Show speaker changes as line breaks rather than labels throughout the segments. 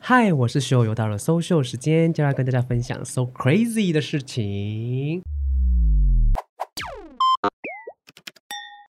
嗨，我是秀，又到了搜秀时间，就要跟大家分享 so crazy 的事情。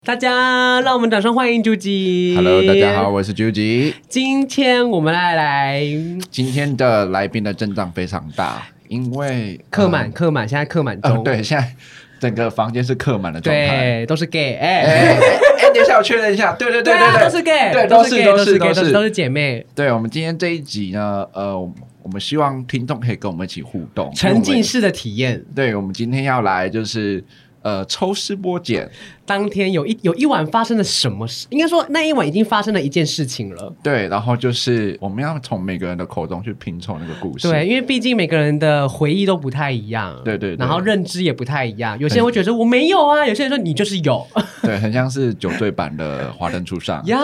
大家，让我们掌声欢迎 j u j
Hello，大家好，。我是 Juji。
今天我们来来
今天的来宾的阵仗非常大，因为
客满，客满，现在客满
呃
中。
呃啊对，现在整个房间是客满的状态。
对，都是 gay，
哎
哎，
哎，哎等一下，我确认一下，对对
对
对
啊，
对，
都是 gay，
对，
都
都
是
是
gay，
都
都
是
gay，
都
都是都
是。
是姐妹。
对，我们今天这一集呢，呃，我们我们希望听众可以跟我们一起互动，
沉浸
因为
式的体验
我，们。对，我们今天要来就是呃抽丝剥茧，
当天有一有一晚发生了什么事？应该说那一晚已经发生了一件事情了。
对，然后就是我们要从每个人的口中去拼凑那个故事。
对，因为毕竟每个人的回忆都不太一样，
对对对
然后认知也不太一样。有些人会觉得说我没有啊，有些人说你就是 有
对，很像是酒醉版的《华灯初上》。
呀。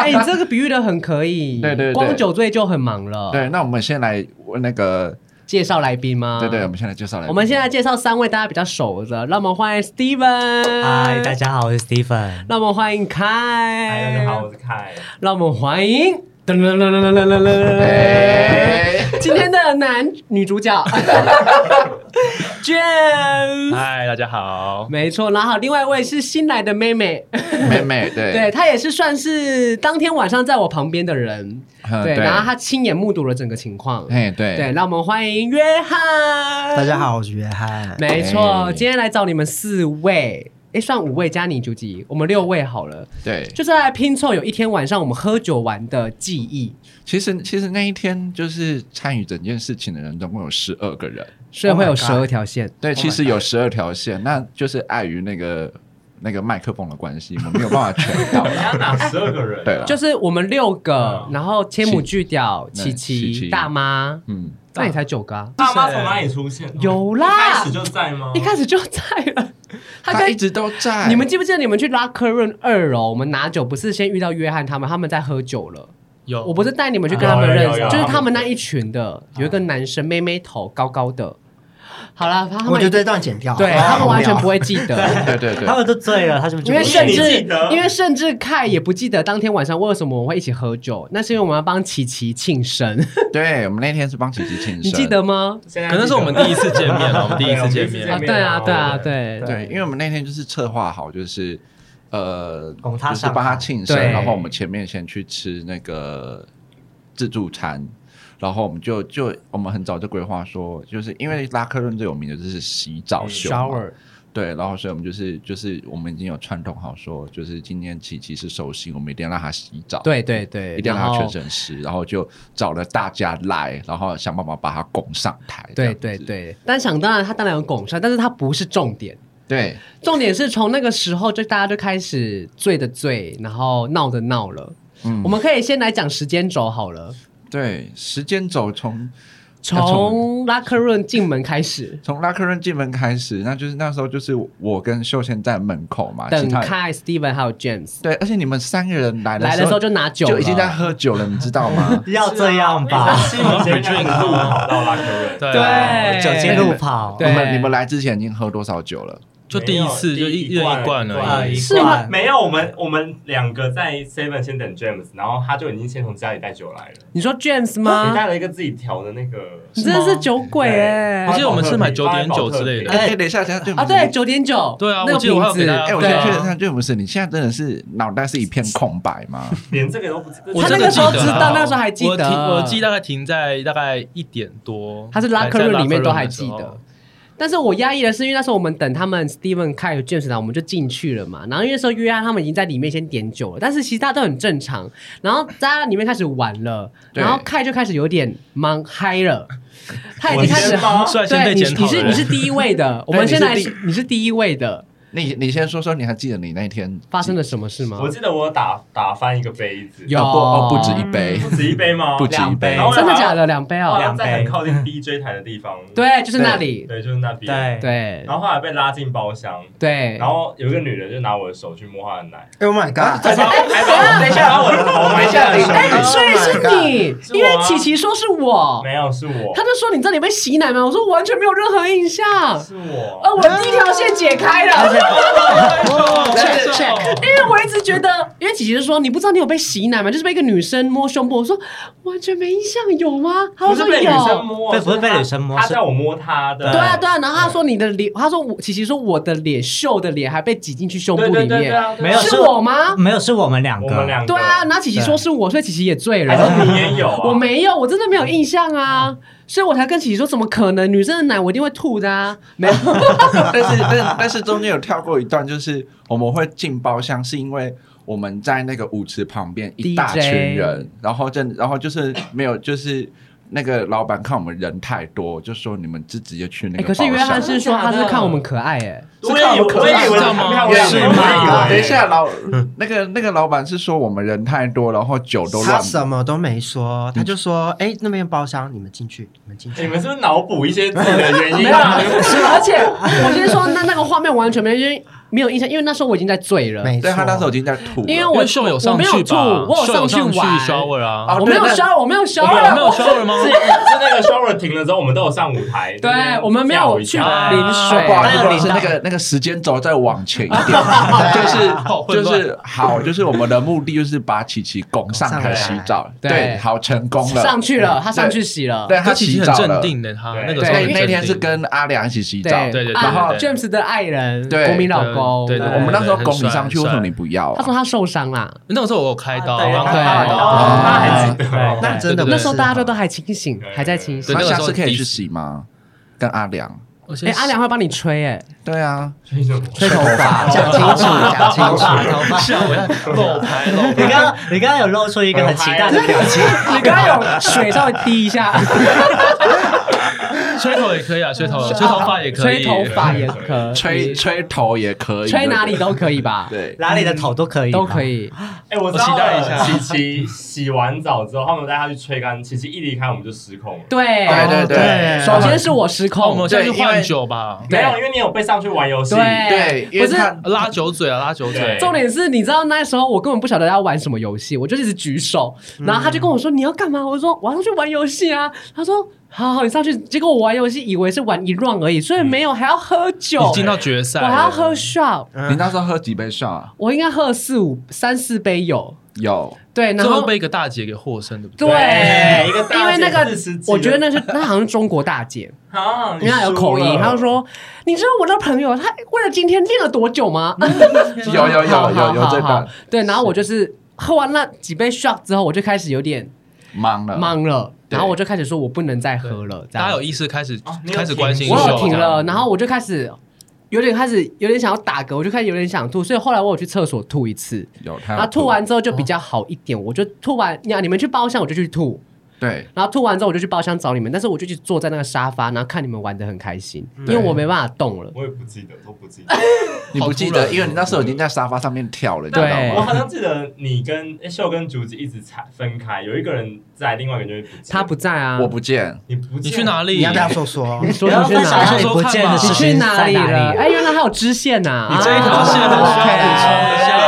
哎，你这个比喻的很可以，
对对对
光酒醉就很忙了。，
对，那我们先来问那个，
介绍来宾吗？
对对，我。们先来介绍来宾。
嗯我们现在介绍三位大家比较熟的，让我们欢迎 Steven。
嗨，大。家好，我是 Stephen。
让我们欢迎凯。
嗨，大家好，我是凯。
让我们欢迎噔噔噔噔噔噔噔
哎，
噔，今天的男女主角 James。
嗨，大家好。
没错，然后另外一位是新来的妹妹，
妹妹，对
对她也是算是当天晚上在我旁边的人，
嗯
对，
对
然后她亲眼目睹了整个情况，
哎对
对，让我们欢迎约翰，
大家，好，我是约翰。
没错，
哎
今天来找你们四位，哎，算五位加你九几，我们六位好了，
对，
就是来拼凑有一天晚上我们喝酒玩的记忆，
其实其实那一天就是参与整件事情的人总共有十二个人，
所以会有
Oh
十
my
二条线。
对
my
其实有十二条线，那就是碍于那个那个麦克风的关系，我们没有办法全 到啦。
要哪十二个人、
对了，
就是我们六个，
啊
然后千亩巨屌、
是
琪
嗯琪
琪、
琪
大妈，
嗯，
那你才九个啊？
爸妈从哪里出现？
有
一
啦
开始，就在吗？
一开始就在了。他
他
跟
一直都在。
你们记不记得你们去拉科润二楼，我们拿酒不是先遇到约翰他们，他们在喝酒了。
有
我不是带你们去跟他们
有有
认
有
识，
有
就是他们那一群的，有一个男生妹妹头高高的。好了，他们
我觉得这段剪掉。
对
好啊
他们完全
无聊
不会记得。
对对对
他，们都醉了，他们就
因为
是
甚
你
至
记得
因为甚至凯也不记得当天晚上为什么我们会一起喝酒，那是因为我们要帮琪琪庆生，
对我们那天是帮琪琪庆生，
你记得吗？
现在
可能是我们第一次见面了，我们第一次见
对我们第一次
面
见
啊，
面
对啊，对啊，对
对
对，因为我们那天就是策划好，就是呃，
拱他
就是
上
帮他
台？
庆生，
对
然后我们前面先去吃那个自助餐。然后我们就就我们很早就规划说，就是因为拉克润最有名的就是洗澡秀嘛
，shower，
对，然后所以我们就是就是我们已经有传统好说，就是今天琪琪是寿星，我们一定要让他洗澡，，
对对对，
一定要让
然
他全
后。
身湿，然后就找了大家来，然后想办法把他拱上台，这
对
样
对
子
对，但想当然，他当然有拱上，但是他不是重点，
对，
重点是从那个时候就大家就开始醉的醉，然后闹的闹了。
嗯
我们可以先来讲时间轴好了，
对，时间走 从要
从拉克润进门开始，
从拉克润进门开始，那就是那时候就是我跟秀贤在门口嘛，
等
啊其他人
开 Steven 还有 James
对，而且你们三个人来
来的时
的时
候
候
就拿酒了，
就已经在喝酒了，你知道吗
要这样吧？
西门前面路跑到拉克瑞，
对啊
对
酒精路跑，
对
你们你们来之前已经喝多少酒了？
就第一次就一
没
一
有
人一罐
罐
而
呃
已。
是吗
罐
没有，我们我们两个在 Seven 先等 James，然后他就已经先从家里带酒来了，
你说 James
你带
吗？
了一个自己调的那个，
你真的是酒鬼哎、
我记
对
得我们是买9.9之类的
哎，等一下，等一下，对
啊，对，，九点九，
对啊
那个
我记得我还
瓶子，
有给大家
哎，我
对
先
觉
确
得
认一下，对，不是，你现在真的是脑袋是一片空白吗？
连这个都不知道，
我
他
真
那
的
个时候
记
知
得啊
道，那个时候还记
我
得，
停，我记大概停在大概一点多。
他是拉克
还在
润里面
克
都
润
还
的时
记
候
得。。但是我压抑的是，因为那时候我们等他们 Steven 开有 James 来，我们就进去了嘛。然后因为那时候约翰他们已经在里面先点酒了，但是其实大家都很正常。然后大家里面开始玩了，
对
然后凯就开始有点忙嗨了，他已经开始
我先吗
率先
对，
被
你
检
你
讨的
是
人
你是第一位的，我们先来，你是第一位的，
你你先说说，你还记得你那天
发生了什么事吗
我？记得我打打翻一个杯子，
有
哦不哦不止一杯，
不止一杯吗？
不止一杯
然后
真的假的？两杯
好
哦，
像在很靠近 DJ 台的地方，
对，就是那里，
对，就是那边，
对对。
对
然后后来被拉进包厢，
对
然。后有一个女人就拿我的手去摸她的奶，
哎，Oh my god！
还把我还把等一下把我的头埋下
等一
来，
下
哎，所以是你，
是我
因
啊
为琪琪说是我，
没有是我
他，就说你这里被洗奶吗？我说完全没有任何印象。
是我，
呃，我第一条线解开了，
哦
check check，
因为我一直觉得，因为姐姐就说你不知道你有被洗奶吗？就是被一个女生摸胸部，我说完全没印象，有吗？她
不
说
是被女生
有。
摸，
对不是被
他
女生摸
他
是
叫我摸他的，
对啊，对啊，然后她说你的脸，她说我，琪琪说我的脸，秀的脸还被挤进去胸部
对
里
对对对
面，
啊，对啊
没有嗯
是我吗？
没有，是我们两个，
我们两个
对啊，，然后琪琪说是我，所以琪琪也醉
还
了。
是你也有啊，
我没有，我真的没有印象啊，所以我才跟琪琪说，怎么可能？女生的奶我一定会吐的啊！没有，
但是但是但是中间有跳过一段，就是我们会进包厢，是因为我们在那个舞池旁边一大群
DJ
人，然后正然后就是没有就是。那个老板看我们人太多，就说你们就直接去那
哎可
个包厢。
是约翰是说他是看我们可爱哎、
我也以为，我也以为
是
你
吗
漂亮，
是
我
吗
也以为
等一下，老那个那个老板是说我们人太多，然后酒都
他
乱。
什么都没说，他就说：“哎，那边有包厢，你们进去，你们进
嗯
你
去。
们是不是脑补一些自己的 原
没
因
有，
啊？
而且我先说，那那个画面完全没有，因为没有印象，因为那时候我已经在醉”了。
没错，
对他那时候已经在吐了，
因为
因
我
为秀有
我
上
没有
去
吐，
吧？
我有
秀有
去
上去
玩，
shower 啊，
啊
我没有
对那
shower，我没有
我
shower，
们没有 shower 吗？
是是那个 shower 停了之后，我们都有上舞台，
对
那边
我们没有
吓我一
去
跳
啊
淋水
对
不。好意思，
还有
不好意思，
领
那
带
个那个时间轴再往前一点， 就是
混
就
乱
是好，就是我们的目的就是把琪琪拱上台洗澡，
对
对，好成功了，
上去了，他上去洗了。
对，他
他其
洗
实
澡
很镇
了。
定的，他
对
那个时候
对，
很
那
镇
天是
定
跟阿良一起洗澡，
对
对对对
然后
对
James 的爱人，
对
国民老公，
对对对
我们那时候
很
拱你上去，
帅
为什么
很
你不要
他
啊
说？他受伤啦，
那个时候我有开刀，
对
我刚
他
开
开
刀
刀，
哦，那还记 得，
那真的
对
那
不
时候
是
大家都都还清醒
对，
还在清
对
醒
那
那。
个时
下
候
次可以
第一
去
次
洗吗？跟阿良？
我先
哎，阿良会帮你吹，哎，
对啊，
吹什么？
吹头发，
讲清楚，讲清楚。
头发。
吓我一跳，漏拍漏
你
拍。
刚刚你刚刚有露出一个很期待的表情，
你刚刚有水稍微滴一下，
吹头也可以啊，吹头吹头发也可
吹
以，
头发也可以，
吹吹头也可以，
吹哪里都可以吧，
对。
哪里的头都可以，
都可。以。
哎，我知
我期
道
待一下
了。琪琪洗完澡之后，他们带她去吹干，琪琪一离开我们就失控了。
对
对对对，
首先是我失
哦那我
控
们，再去
对因为
换酒吧，
对
没有，因为你有被上去玩游戏，
对
对，因为
不是
他
拉酒嘴啊，拉酒嘴
对。
重点是，你知道那时候我根本不晓得要玩什么游戏，我就一直举手，然后他就跟我说你要干嘛？我就说我要上去玩游戏啊。他说好好，你上去。结果我玩游戏以为是玩一 round 而已，所以没有还要喝酒，
已经到决赛
我
了，
还要喝 shot，
嗯
你那时候喝几杯上啊？
我应该喝了四五三四杯有。
有，
对，然
最后
后
被一个大姐给获胜，对不对？
对
对一个大姐
因为那个
40几的
我觉得那是那好像是中国大姐，
啊，
因为她有口音，她就说你知道我的朋友他为了今天练了多久 吗？嗯
有有有
好
有有这段。
好好好对，然后我就是喝完那几杯 shot 之后，我就开始有点
忙了，
懵了，
对
然后我就开始说我不能再喝了，这
大家有
样。
意识开始
哦你有
开始关心
停
秀
我
这样，
有停了，然后我就开始有点开始有点想要打嗝，我就开始有点想吐，所以后来我有去厕所吐一次，
有他
然
有
后吐完之后就比较好一点，我就吐完，呀，你们去包厢我就去吐，
对，
然后吐完之后我就去包厢找你们，但是我就去坐在那个沙发，然后看你们玩的很开心，因
对
为我没办法动了。
我也不记得，都不记得。
你不记
好突
得，
然
因为你那时候已经在沙发上面跳了，你知
对
道
我
吗？
好像记得你跟诶秀跟竹子一直踩分开，有一个人在，另外一个人就是不见
他不，在啊，
我不见，
你不
你
见
去哪
你
里？
要不要说说？
你说
然
你
后
去
分享
哪里
一下？你不见的
你
事
去
情
哪
在
里了？
哪里？
哎，原来还有支线呐！
你这一条
啊
线很需要
OK
补充一下。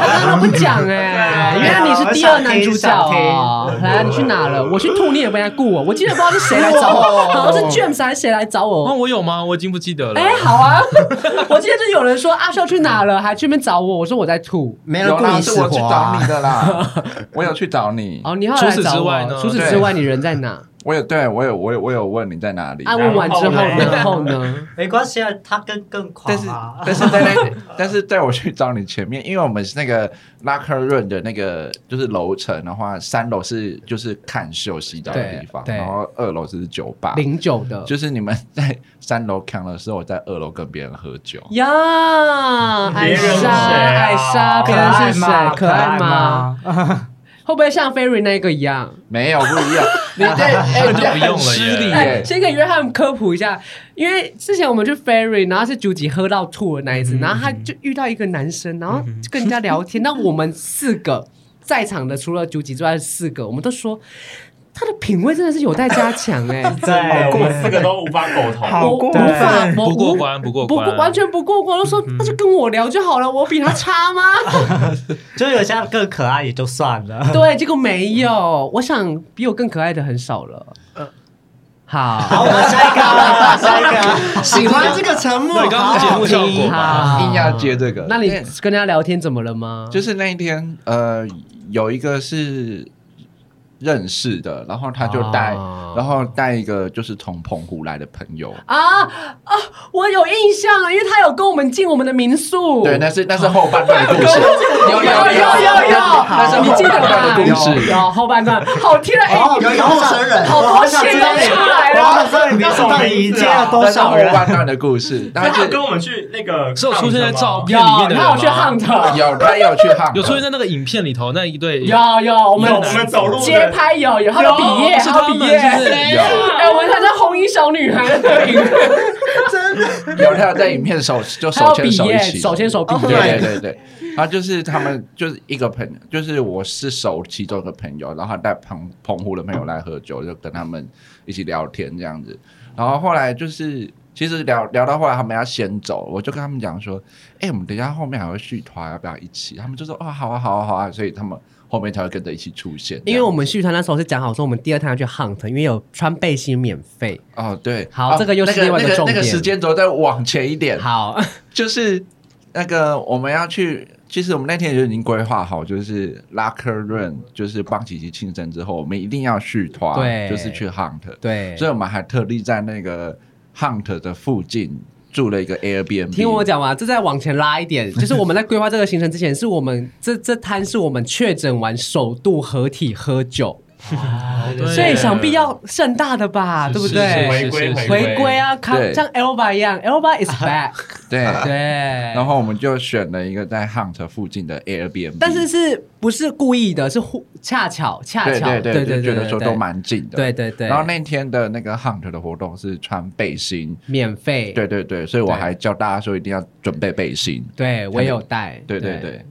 他刚刚都不讲哎，
对
原来你是第二男主角哦
我想听想。听
来啊，你去哪了？我去吐，你也没来顾我。我记得不知道是谁来找 我，
哦
好像是 James 还是谁来找
那
我。
我有吗？我已经不记得了。
哎，好啊！ 我记得就有人说阿秀去哪了，还去那边找我。我说我在吐。
没人
有
顾
啦，
你
是
死
我去
活
找你
啊！
的啦， 我有去找你，
哦，你后来来找
除此之
我
外。呢
除此之外，你人在哪？
我有，对我有，我有，我有问你在哪里，
安问完之后，然
然
后 呢？
没关系啊，他更更狂
但是
啊。
但是在 那，但是在我去找你前面，因为我们是那个拉克润的那个就是楼层的话，三楼是就是看秀洗澡的地方，
对对
然后二楼就是酒吧，
零九的。
就是你们在三楼扛的时候，我在二楼跟别人喝酒。
呀，艾
别人是谁
莎，
啊
艾莎，别
可
人
爱
是谁
吗？？
可爱吗？？会不会像 Ferry 那个一样？
没有不一样， 你这哎
那就不用了耶
很失礼
哎，
耶。
先给约翰科普一下，因为之前我们去 Ferry，然后是九级喝到吐的那一次，然后他就遇到一个男生，然后就跟人家聊天。那我们四个在场的，除了九级之外，四个我们都说他的品味真的是有待加强哎、
对，
对，
我们四个都无法苟同。
我无
对
法，我
不过
无
关，不过
不
关，
完全不过关，我就说那就跟我聊就好了，我比他差吗？
就有些更可爱也就算了。
对，结果没有。我想比我更可爱的很少了。好，
好，我们下一个啊，下一个。
喜欢这个沉默，
对刚刚是节目效果吧？
好
硬要接这个
那你
对
跟他聊天怎么了吗？
就是是那一天，呃，有一个是认识的，然后他就带，
哦
然后带一个就是从澎湖来的朋友，
啊啊，我有印象了，因为他有跟我们进我们的民宿。
对，那是那是后半段的故事，
有有有有有，
那是
你记
后
得
半段的
吗？
故事。
有后半段，好天然，哎，
有一个陌生人，
好
好
好
想
现
知道
在
你，
出来
我好
了。
想知道你名字，到底接了多
那是
少
后
人？
半段的故事，但
他
是
有跟我们去那个，
是有出现在照片
有，
里面的人
他有去
吗？
hunt，
有他也有去汉，
有出现在那个影片里头那一对，
有有我
我们我
们
们走路的
街拍有有，他
有
们毕业，
哦是
他
他
们
们
毕业。
有
是不是
哎，我们参加红衣小女孩的影片，
有他有在影片手就
还有
手
哦
牵
毕
手一
业，
起，
手牵手毕
对
业。
对对对，然后就是他们就是一个朋友，就是我是熟其中一个朋友，然后带澎澎湖的朋友来喝酒，就跟他们一起聊天这样子。然后后来就是其实聊聊到后来他们要先走，我就跟他们讲说，哎、我们等一下后面还会续团，要不要一起？他们就说哦，好啊，好啊，好啊，所以他们后面才会跟着一起出现。
因为我们续团那时候是讲好说，我们第二趟要去 hunt，因为有穿背心免费。
这样哦对，
好
哦
这个又是
那
另外一
那
个重
那个
点
时间轴再往前一点，
好，
就是那个我们要去，其实我们那天就已经规划好，就是拉克润，就是帮琪琪庆生之后，我们一定要续团，
对
就是去 hunt，
对
所以我们还特地在那个 hunt 的附近住了一个 Airbnb。
听我，讲完，这再往前拉一 点，就是我们在规划这个行程之前，是我们这这摊是我们确诊完首度合体喝酒，
对
所以想必要盛大的吧，对不对？
是回归
回归啊，看
对
像 Elva 一样，Elva is back，
对。
对。
然后我们就选了一个在 hunt 附近的 Airbnb，
但是是不是故意的？是互恰巧恰
对
巧，
对
对
对
对，
就觉得说
对
都，蛮近的，
对对对。
然后那天的那个 hunt 的活动是穿背心，
免费，
对对对，所以我
对
还教大家说一定要准备背心，
对，我也有带，
对对对。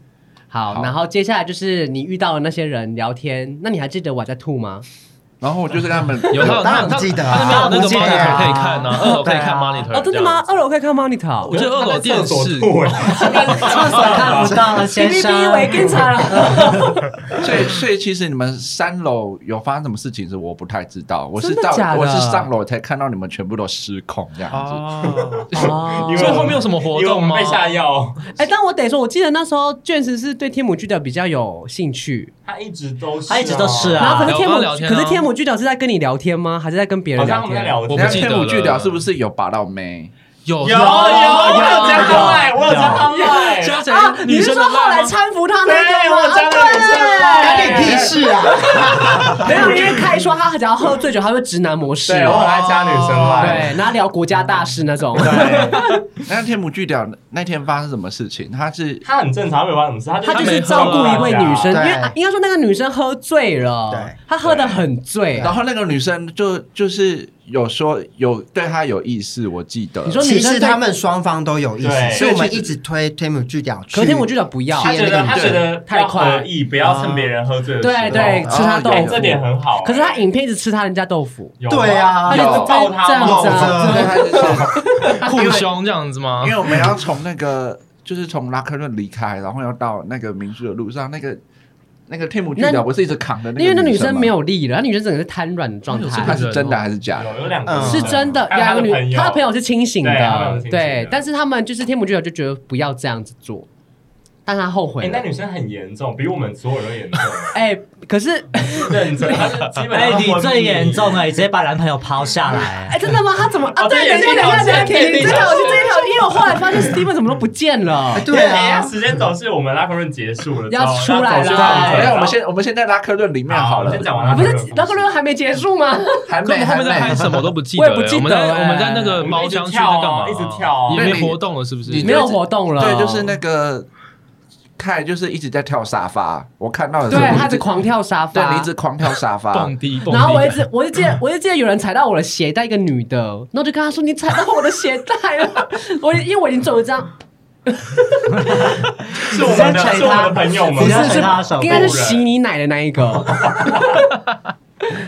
好，
好
然后接下来就是你遇到的那些人聊天，那你还记得我还在吐吗？
然后我就跟他们
有他
当然
他
记得啊
他那边有那个
我记得
monitor
啊
可以看呢，二楼可以看 monitor。
哦，真的吗？？二楼可以看 monitor，
我记得二楼电视，
哎 欸
厕所看不到，先
B
生。
为警察了，
所以，所以其实你们三楼有发生什么事情是我不太知道，我是
真的
到
假的
我是上楼才看到你们全部都失控这样子。
哦，
哦
因为
所以
我
后面有什么活
因为我
动
们
吗？
被下药，
哎，但我得说，我记得那时候卷石是对天母巨屌比较有兴趣，
他一直都是，
他一直都是啊
然后可是天母
有跟他聊，天啊
可是天母巨屌是在跟你聊天吗？还是在跟别人
好像
聊
我
天？
们在聊天，
我不
那
记得
天舞剧
了
聊是不是有把到妹？
有
有有，我有加他赖，我有加他赖，
加谁
啊？？你
女
是
生的
说后来
辣吗？
搀扶他那
对
个
我
吗？
加
啊
了
对
女生的赖
哎
对
干你屁事啊！
没有，因为开说他只要喝醉酒，他会直男模式。
对，我哎很爱加女生赖，
对，然后聊国家大事那种。
哎
那天母剧聊那天发生什么事情？他是
他很正常，没有发生什么事，
他
他
就
就是
照顾一位女生，因
对
为啊应该说那个女生喝醉了
对，
她喝得很
哎
醉。啊
然后那个女生就就是有说有对他有意思，我记得。
你说
其实他们双方都有意思，
对
所以我们一直推推母巨屌去。
隔天我就想不要，
他觉得他觉得
太快
要合意，不要趁别人喝醉的时候
对对，
哦
吃他豆
哎
腐，
这点很好。
可是他影片一直吃他人家豆腐，
有
对，啊，
他就
有
是
抱他
这样子
抱
啊
着
对，
哦
他就是
互凶这样子吗
因？为我们要从那个就是从拉克润离开，然后要到那个民宿的路上，那个那个天母剧
那
聊不是一直扛的那个，
因为那女生没。有力了，那女生整个是瘫软的状
哎
态
呦。
他是真的还是假的？
有有两个
嗯
是真的，
还有他
个
的
女
朋，友，
她的朋友是清醒
对他们
的
是，清醒的
对，但是他们就是天母巨友就觉得不要这样子做，但他后悔
哎，那
了。
女生很严重，比我们所有人都严重，
哎，可是
认真，她是基本
哎，
上
你最严重哎，直接把男朋友抛下来。
哎，真的吗？他怎么啊？
哦
对，等
这
一
也
下，
是
等一下，
一条
等一下，
线
停，这
这也是一条
条是这一条，因为我后来发现 Steven 怎么都不见了
哎。对 啊，
时间走是我们拉克润结束了之后，
要出来了
要走出
哎
没
来
有，
了
我们先我们先在拉克润里面好
好，
了
先，讲完拉
不
克
是
润的故事，
那个论还没结束吗？
还
可我
没
们后
还
面在拍
没。
什么都不记
我
得
也不
了，
记
我们在
得哎
我们在那个猫江区在干嘛？
一直跳啊一直跳
也没活动了是不是？
你
没有活动了，
对，就是那个凯就是一直在跳沙发，我看到的时
对
候，
他一直
你
狂跳沙
一直对
发，
你一直狂跳沙发
蹦，迪，蹦迪
然后我一直，我就记得，我就记得有人踩到我的鞋带，一个女的，然后就跟她说：“你踩到我的鞋带了。”我因为我已经走了这样，
是我们的，是我们的朋友
不
们，
是
你要
是
踩她的 手
应该是洗你奶的那一个。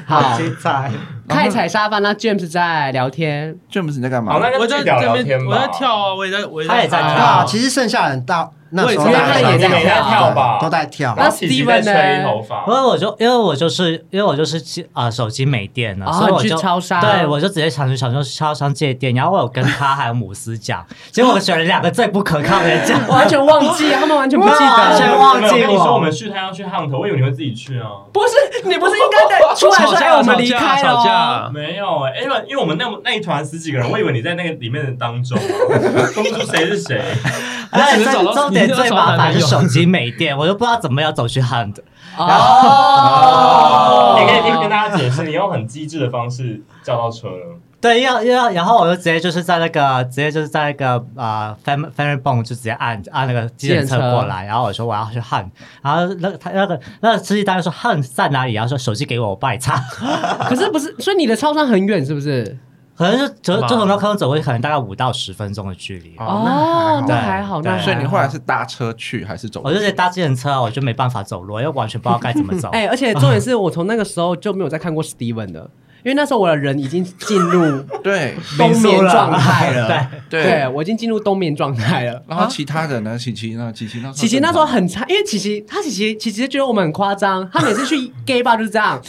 好，
彩，
开踩沙发，那 James 在聊天，
James 你在干嘛
好，？那就
我在
去聊
这
聊
边，
天
我
吧。
在跳啊，我也在，我也
他也在
对
跳
啊，其实剩下人大那时候
我也
大
是
家
因为他也
都
在
对
跳吧
都在跳。
那
然后琪琪在
Steven 呢
吹头发
因，为我就因为我就是因为我就是啊、手机没电了，
哦
所以我
你去
就
超商
对我就直接想去想去超商借电，然后我有跟他还有姆斯 讲，结果我选了两个最不可靠的人讲，
完全忘记，他们完全不记
我完
得
全。
我
忘
没有
记
跟你说我
我
们。去，他要去 hunt，我以为你会自己去啊。
不是你不是应该在出来
吵
说
架
哎我们离开
吵
了？
架，
没有哎、因为因为我们那那一团十几个人，我以为你在那个里面的当中、啊，分不出谁是谁。
而且
你只能找
重
到
重点最麻烦是手机没电，我就不知道怎么要走去 hunt。
哦
你可以跟跟大家解释，你用很机智的方式叫到车了。
对，要要，然后我就直接就是在那个，直接就是在那个啊 family family bond 就直接按按那个计程车过来，然后我说我要去 hunt，然后那个他那个那个司机当然说 hunt 在哪里，然后说手机给我，我帮你查，
可是不是，所以你的超商很远是不是？
可能就就就从那坑走过去，可能大概五到十分钟的距离。
哦，那
那
还
还
好，
好
那
那还好
所以你后来是搭车去还是走路？
我就直接搭计程车，我就没办法走路，因为完全不知道该怎么 走。
哎、而且重点是我从那个时候就没有再看过 Steven 了，因为那时候我的人已经进 入
对
冬眠状态了，
了
对
对。
我已经进入冬眠状态了。
然后其他人呢？琪琪呢？琪琪
哦
那
琪琪那时候很差，因为琪琪她琪琪琪琪觉得我们很夸张，她每次 去 gay bar 就是这样，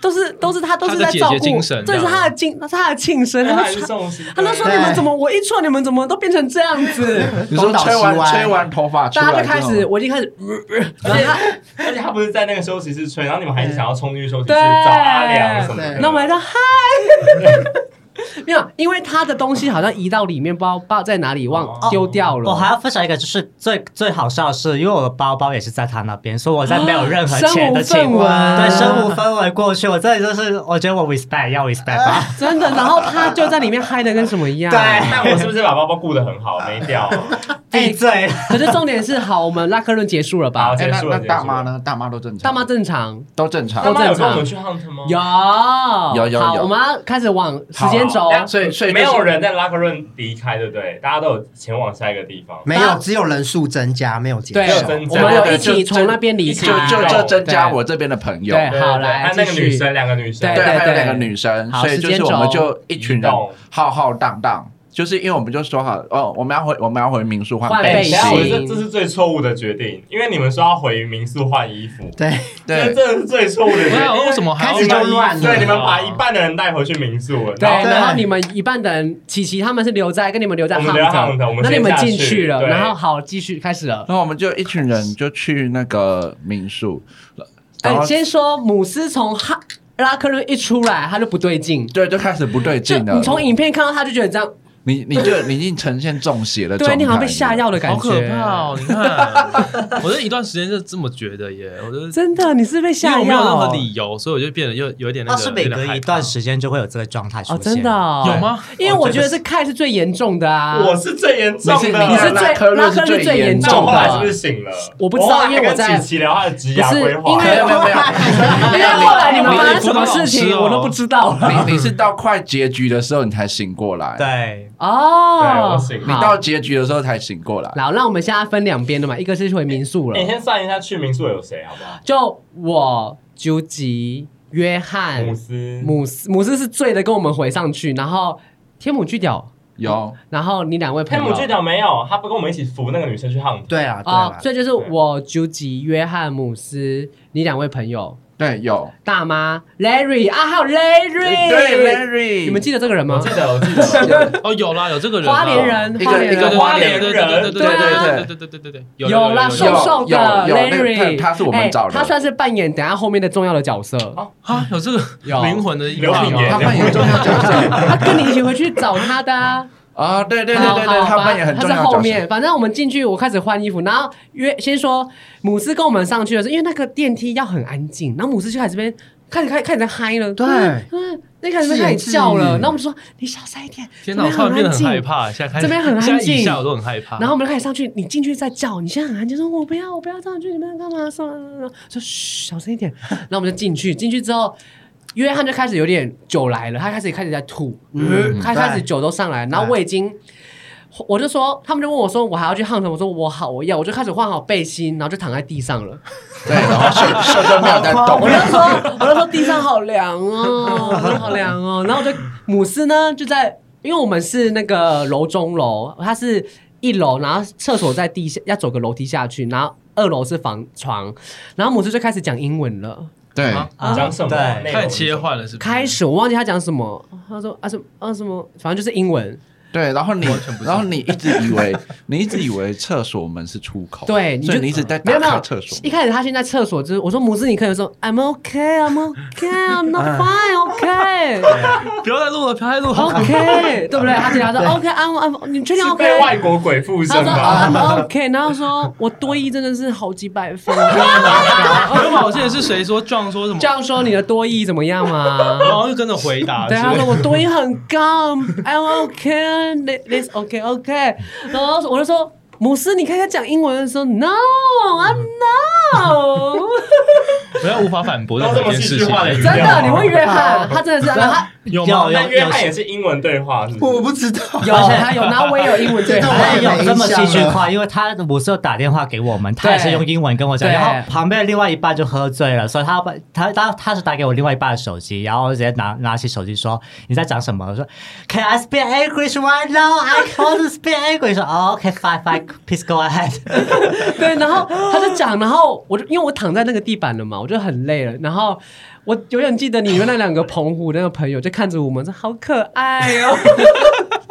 都是都是她都是在照
嗯她的姐
顾，
姐精神嗯
这是她的庆，那是她的庆生，她
哎他还
就是说
送西
她都说你们怎么我一出来你们怎么都变成这样子，
你说
东倒
吹
西
完
歪
吹完头发出来
大
之后，
家就开始我已经开始，然后她
而且他不是在那个休息室吹，然后你们还一直想要冲进去休息室
对
找阿良啊什么的。
那我们还说嗨。 没有，因为他的东西好像移到里面，不知道不知道在哪里忘
哦
丢掉了。
我还要分享一个，就是最最好笑的是，因为我的包包也是在他那边，所以我在没有任何钱的情
身无分文
况，对，身无分文过去，我真的就是我觉得我 respect 要 respect 吧。
真的，然后他就在里面嗨的跟什么一样。
对
那我是不是把包包顾得很好，没掉？
闭嘴！
可是重点是，好，我们拉客论结束了吧
好？
哎，那
结束了
那
结束了
大妈呢？大妈都正常，
大妈正常，
都正常
都。
他妈有
正常
跟我们去 hunt 吗？
有
有有
好，
有
我们要开始往时间轴。
好
所以所以就是
没有人在拉克润离开，对不对？大家都有前往下一个地方。
没
大家
有，只有人数增加，没有减
对
少。
有增，
我
加
们有一
对
起
就
从那边离开
就就就增加
对
我这边的朋友，
对
对
好
对
来
还有那个
继续
女生，两个女
对
生，
对，还有
对
两个女生，
好
所以就
时间
是
轴
我们就一群人
移动
浩浩荡荡，就是因为我们就说好哦，我们要回我们要回民宿
换
换
背
背
心
等一下，我觉
心，
得哎这是最错误的决定，因为你们说要回民宿换衣服，
对，
这
对，
这是最错误的决
我想
定。
为什么还要
开始就乱了
对，你们把一半的人带回去民宿了，
啊对，啊
然后
然后你们一半的人，琪琪他们是留在，跟你们留在
我们留在
hunt，
Hunt，我们
那你们
先下
进
去
去了，
对
然后好，继续开始了。
然后我们就一群人就去那个民宿，然
哎，
后
先说姆斯从哈拉克瑞一出来，他就不对劲，
对就开始不对
就
劲了
你，从影片看到他就觉得这样，
你你就你已经呈现中邪的状
对
态了，
你好像被下药的感
好
觉，
可怕哦！你看，我这一段时间就这么觉得耶，我就是
真的，你是被
因为
吓
我没有任何
药？
理由，所以我就变得又有一点那
那
个。
是每隔
有
一
点
段
害
时间就会有这个状态出
哦，
现，
真的哦
怕有？吗？哦
因为我觉得是看是最严重的啊。
我是最严重
你是
的，
你是最
拉科
拉
勒
科
是
勒最严
严
重
那我
的
后来是不是醒了？
我不知道
后来
因为我
跟
在
琪琪聊她的职
不是
涯
因为
规划，
没有
没
没有没有，
有，后来你们发生什么事情我都不知道了。
你你是到快结局的时候你才醒过来，
对，
对
哦
我，醒了
你
好
到，结局的时候才醒过来，
然后让我们现在分两边的嘛，一个是回民宿了
你，哎先算一下去民宿有谁好不好？
就我、究极、约翰、
姆斯，
姆斯姆斯是醉的跟我们回上去，然后天母巨屌，
有
然后你两位朋
佩
友，
姆去掉没有？他不跟我们一起扶那个女生去 hunt，
对啊，对
哦
啊，，
所以就是我、究极、约翰、姆斯，你两位朋友，
对有
大妈 Larry 啊，还有 Larry，
对 Larry，
你们记得这个人
我
吗
记？得我记得。
哦，有啦，有这个人啦，
花莲人，
一个
花莲
一个
人，
花莲
人
对对对对对对对对对对对对，有
啦，
有
瘦
有
瘦的
有有那个
Larry，
他他是我们找的
哎他算是扮演等下后面的重要的角色。
啊，有这个
有
灵魂的一
刘品言
他扮演重要角色。
他跟你一起回去找他的啊。
啊，对对对
好
对
好
对，他
反
扮演很
他
重
在
要的
后
角
面，
色。
反正我们进去，我开始换衣服，然后约先说姆斯跟我们上去的时候，因为那个电梯要很安静，然后姆斯就开始这边开始开开始在嗨了，
对
嗯，嗯那个人
自
开
言
始叫了，
自语
然后我们说你小声一点，
天哪，我
这边
突然变得很
安
害
静。
怕，现在开始
这边很安
现在
静
一下我都很害怕。
然后我们就开始上去，你进去再叫，你现在很安静，说我不要，我不要上去，你们要干嘛？什么什么什么？说嘘，小声一点。然后我们就进去，进去之后，约翰就开始有点酒来了，他开始开始在吐，
嗯
他开始
对
酒都上来，然后我已经。我就说，他们就问我说，我还要去 hunt，我说我好，我要，我就开始换好背心，然后就躺在地上了。
对，然后秀秀就没有在动
哦我 就说，我就说地上好凉哦，我说好凉哦。然后我就母狮呢就在，因为我们是那个楼中楼，它是一楼，然后厕所在地下，要走个楼梯下去，然后二楼是房床，然后母狮就开始讲英文了。
对，
啊
讲什么？
对
内容是
太切
什么
换了，是不是
开始我忘记他讲什么，他说啊什么啊什么，反正就是英文。
对，然后你
完全不，是
然后你一直以为， 你一直以为厕所门是出口，
对你就
所以你一直在
没有
打
没有
开厕所，
一开始他先在厕所，就是我说母狮，你可以说 I'm okay, I'm okay, I'm not fine, okay,
啊
不要再录了，不要再录了。
OK，对不对？他就他说 OK，I'm I'm，你确定
是
OK？
被外国鬼附
他
身
说啊
吧？
I'm OK，然后说我多一真的是好几百分。
没有嘛，我记得是谁说撞说什么
这，样说你的多一怎么样嘛？
然后就跟着回答。
对，他
是
说我多音很高，I'm OK，this this OK OK，然后我就说母狮，你看他讲英文的时候，No，I'm No，
不要无法反驳的
都这
这
么
件
戏
事
剧
情。
化的语
真
料
的，你问约翰，他真的是他
有
有
吗？
那
有
约
有
翰也是英文对话，是不是？
我不知道，
有他有，然后我也有英文对
这
话
段我
他
也没
有这么
印象
戏剧
了
化，因为他不是有打电话给我们，他也是
对
用英文跟我讲，
对
然后旁边的另外一半就喝醉了，所以他把他他他是打给我另外一半的手机，然后直接拿拿起手机说你在讲什么？我说 Can I speak English right now? I can't speak English. Oh, okay, fine, fine. Please go ahead.
对，然后他就讲，然后我就因为我躺在那个地板了嘛，我就很累了。然后我永远记得你们那两个澎湖那个朋友就看着我们说好可爱哦，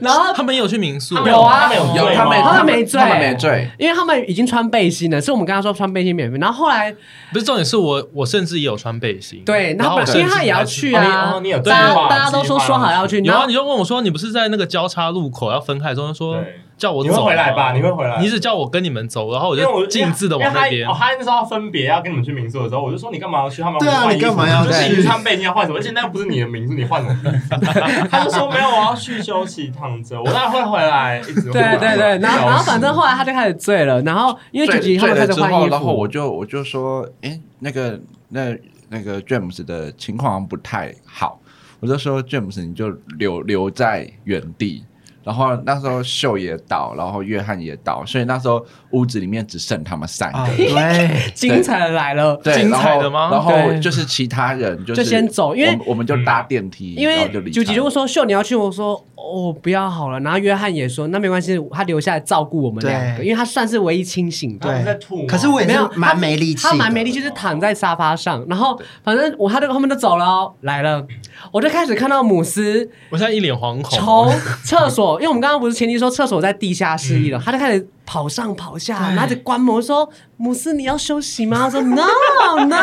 然后
他们也有去民宿，
有啊
他们有
有
对
他们
吗
他们没醉
他们没醉，
因为他们已经穿背心了，所以我们跟他说穿背心免费。然后后来
不是重点是我，我甚至也有穿背心。
对，然后
我
本
甚
来
至
因为他也要去
哦
啊
你哦你有，
大家
计划
大家都说说好要去，
有
然
啊，
后
你就问我说，你不是在那个交叉路口要分开的时候，说
对
叫我
你
走
会
吗
回来吧？你会回来？
你只叫我跟你们走，然后我
因为我
就径自的往那边
因为他哦，。他那时候要分别要跟你们去民宿的时候，我就说你干嘛要去？他们
对啊
换衣服
你干嘛要
就
去
是你穿背心要换什么？而且那又不是你的名字， 你换什么？他就说没有，我要去休息躺着，我当然会回来。一直会回
对
来
对对，然后然后反正
消失
后来他就开始醉了，然后因为
醉
九级他
了醉
们开
了
始
之
换
后，
衣
然后我
服，
就我就说，哎，那个那那个 James 的情况好像不太好，我就说 James 你就留留在原地。然后那时候秀也倒，然后约翰也倒，所以那时候屋子里面只剩他们三 个。
啊，对，
精彩的来了。
对，
精彩
然后
的吗
然后
对
就是其他人就是
就先走因为
我们我们就搭电梯，
因
然后
为
就离
九级
开
就会说秀你要去，我说哦不要好了。然后约翰也说那没关系，他留下来照顾我们两个，
对
因为他算是唯一清醒的。
他不是在
对
吐啊吗，
可是我也
没
是
有
蛮没力气的，
他蛮没力，就是躺在沙发上，然后反正我他就他们都走了哦、来了，我就开始看到母狮
我现在一脸惶恐
从。厕所，因为我们刚刚不是前提说厕所在地下室一楼，他就开始跑上跑下，拿着关门我说：“母狮，你要休息吗？”他说：“No No。”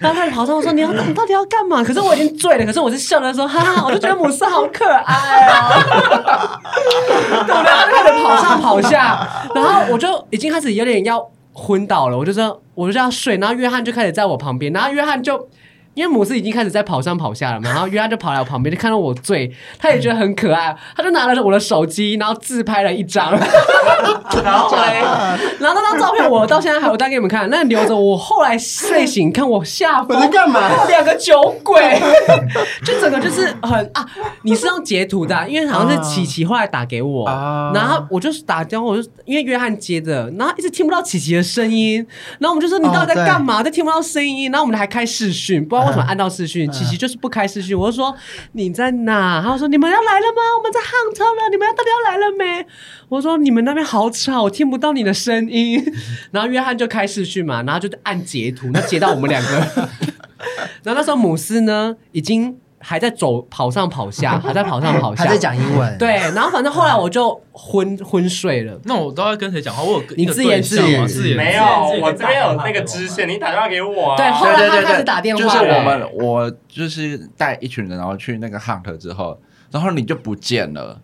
然后他就跑上我说：“你要你到底要干嘛？”可是我已经醉了，可是我是笑着说：“哈哈，我就觉得母狮好可爱啊。”对不对？他就开始跑上跑下，然后我就已经开始有点要昏倒了，我就说我就要睡，然后约翰就开始在我旁边，然后约翰就。因为母狮已经开始在跑上跑下了嘛，然后约翰就跑来我旁边，就看到我醉，他也觉得很可爱，他就拿了我的手机，然后自拍了一 张，然后嘞，然后那张照片我到现在还有带给你们看，那留着我后来睡醒看我吓
我
疯
在，干嘛？
两个酒鬼，就整个就是很啊！你是用截图的啊、因为好像是琪琪后来打给我，
啊
然后我就打电话，我就因为约翰接的，然后一直听不到琪琪的声音，然后我们就说你到底在干嘛？就听不到声音，然后我们还开视 讯，不知道为什么按到视讯，琪琪就是不开视讯，我就说你在哪？他就说你们要来了吗？我们在 hunt 了，你们要到底要来了没？我说你们那边好吵，我听不到你的声音。然后约翰就开视讯嘛，然后就按截图，那截到我们两个。然后那时候姆斯呢，已经还在走跑上跑下，还在跑上跑下，
还在讲英文，
对。然后反正后来我就昏昏睡了，
那我都在跟谁讲话？我有跟
你
一个
自言
对象
自语
嘛自言
没有，我这边有那个支线，你打电话给我啊。
对后
对
来
对
他
对
开
对，
始打电话
就是
了
我们我就是带一群人，然后去那个 hunt 之后，然后你就不见了。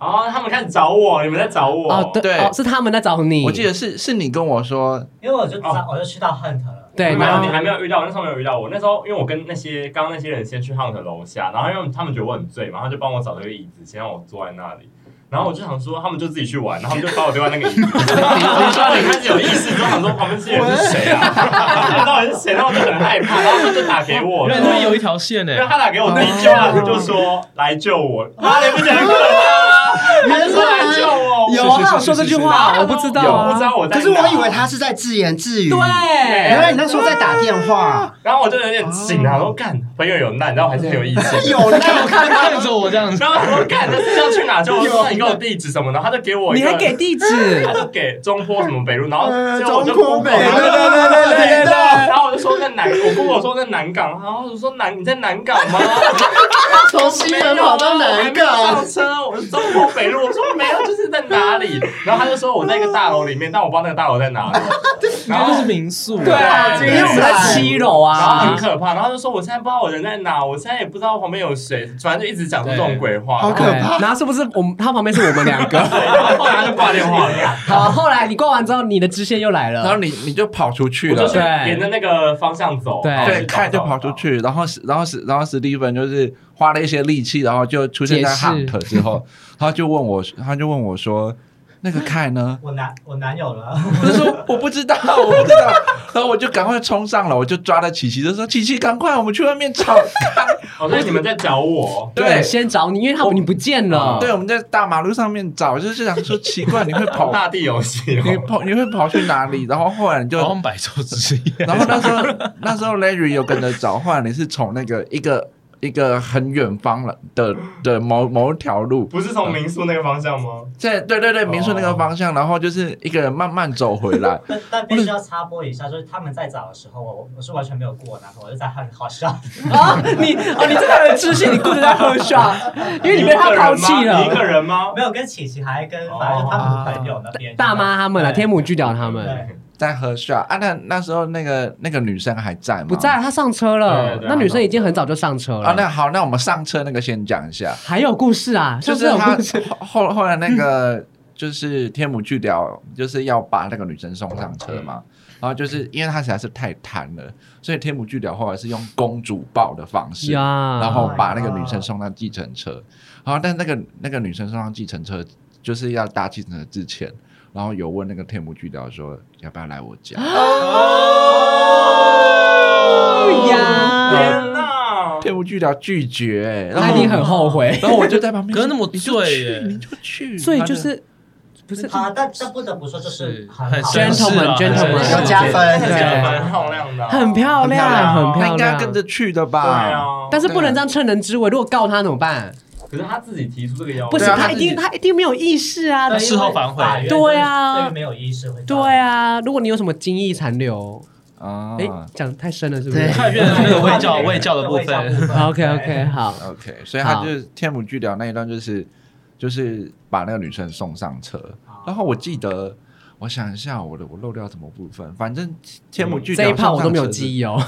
然后他们开始找我，你们在找我。
哦，对，
对
哦是他们在找你，
我记得是是你跟我说，
因为我就
道
我就去到 Hunt 了，
对，
没
然
有，你
后
还没有遇到，那时候没有遇到我。那时候因为我跟那些刚刚那些人先去 hunt 楼下，然后因为他们觉得我很醉嘛，然后就帮我找了一个椅子，先让我坐在那里。然后我就想说，他们就自己去玩，然后他们就把我丢在那个椅子。 然后你开始有意识之后，想说旁边这些人是谁啊？他们到底是谁？啊然后我就很害怕，然后他们就打给我，
原来
然后
那边有一条线呢
因为，他打给我弟救他，就说来救 我。妈，你不讲过吗？你是说来救我？
有
是是
啊，
是
我说这句
是
话，我不知道
有
啊，
我不知道我在哪。
可是我以为他是在自言自语。
对，啊
原来你那时候在打电话。
然后我就有点醒啊了，我说干朋友有难，然后还是很有意思。
有那
看看着我这样子，
然后我说干这是要去哪？就我说那你给我地址什么的，他就给我一
你
个，
还给地址
他，就给中坡什么北路，然后
呃
结果我就
中坡
Google，
北
然后
路
对对对对
然后我就说在南，我 Google 说在南港，然后我说南你在南港吗？
从西门跑到南
没有啊我还没有
港
上，车，我是中国北路。我说没有，就是在哪里？然后他就说我在一个大楼里面，但我不知道那个大楼在哪里。然
然后就
后
是。民宿，
对啊，
对
因为我们在七楼
然后
啊
很，可怕，然后他就说我现在不知道我人在哪，我现在也不知道旁边有谁，反正就一直讲出这种鬼话。
好可
对，然后是不是我们他旁边是我们两个？
对然后后来他就挂电话了。
好，后来你挂完之后，你的支线又来
然后
了，
你你就跑出去
我就
了
是，沿着那个方向走，
对
然后
对，
找
看就跑出。去，然后是然后是然后史蒂芬就是花了一些力气，然后就出现在
解释
Hunt 之后，他就问我，他就问我说。那个凯呢？
我男我男友 了，。
我就说我不知道，我不 知道，然后我就赶快冲上了，我就抓了琪琪，就说琪琪赶快，我们去外面找凯。
哦，所以你们在找我，
对
先找你，因为他你不见了，
对，我们在大马路上面找，就是想说奇怪，你会 跑，
大地游戏哦，
你跑你会跑去哪里？然后 后来你就
好像白昼之夜，
然后那时候那时候 Larry 有跟着找，后来你是从那个一个一个很远方了的的某某一条路，
不是从民宿那个方向吗？
在对对对民宿那
哦
个方向，然后就是一个人慢慢走回来
但但必须要插播一下，就是他们在找的时候，我我是完全没有过男朋友，我就在很好笑。
啊，你哦，你这个人支线，你顾着在喝 shot，因为你被他抛弃
你一
了，
个人吗？
没有跟琪琪，还跟反正他们朋友那边
大妈他们啊，
对
天母巨屌他们
对，
在喝下啊，那那时候那个那个女生还在吗？
不在，他上车
对
了
对，对
那女生已经很早就上车
啊。
了，
那好，那我们上车那个先讲一下，
还有故事 啊，
就是是
有
他
故事，
后后后来那个就是天母巨屌，就是要把那个女生送上车
嗯
嘛。然后就是因为他实在是太贪了，所以天母巨屌后来是用公主抱的方式，
呀哦
然后把那个
Oh my
女生送上计程车，然后但那个那个女生送上计程车，就是要搭计程车之前，然后有问那个天母巨雕说要不要来我 家，
哦呀，
天哪！
天母巨雕拒绝、欸，然
那
后
你很后 悔，
然后我就在旁边
可
说，
是那么
你就
醉
去
耶
你就去，
所以就
然后
是不是
啊，但但不得不说，就是
是
很好
gentleman
很绅士啊
gentleman
有加分
这
对
个蛮漂亮的啊，
很漂亮，很
很
他
漂
应该要
亮
跟，着去的
对
吧？
啊，
但是不能这样趁人之危，如果告他怎么办？
可是他自己提出这个要求，
不行，
对啊
他
啊他
一
自己
定他一定没有意识啊，
但事后反悔
法院
对啊
对于没有意识会这
对
样
啊，如果你有什么精液残留，
啊
哎，讲太深了是不是
对
快变成那个
对
味教味教的部
对味
分，
哎
教部分
？OK OK，好，
，OK，所以他
好
就是天母巨雕那一段，就是就是把那个女生送上车，
好
然后我记得。我想一下，我的我漏掉什么部分？反正天母巨雕
这一趴我都没有
记忆。
记忆哦，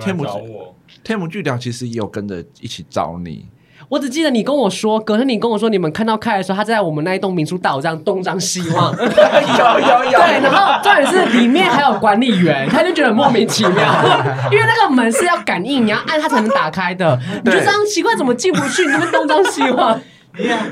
天母找我，
天母巨雕其实也有跟着一起找你，
我只记得你跟我说，隔天你跟我说你们看到开的时候，他在我们那一栋民宿大楼这样东张西 望，有有有，对，然后重点是里面还有管理员，他就觉得很莫名其妙， 因为那个门是要感应，你要按它才能打开的，你就
对
这样奇怪怎么进不去，你那边东张西 望，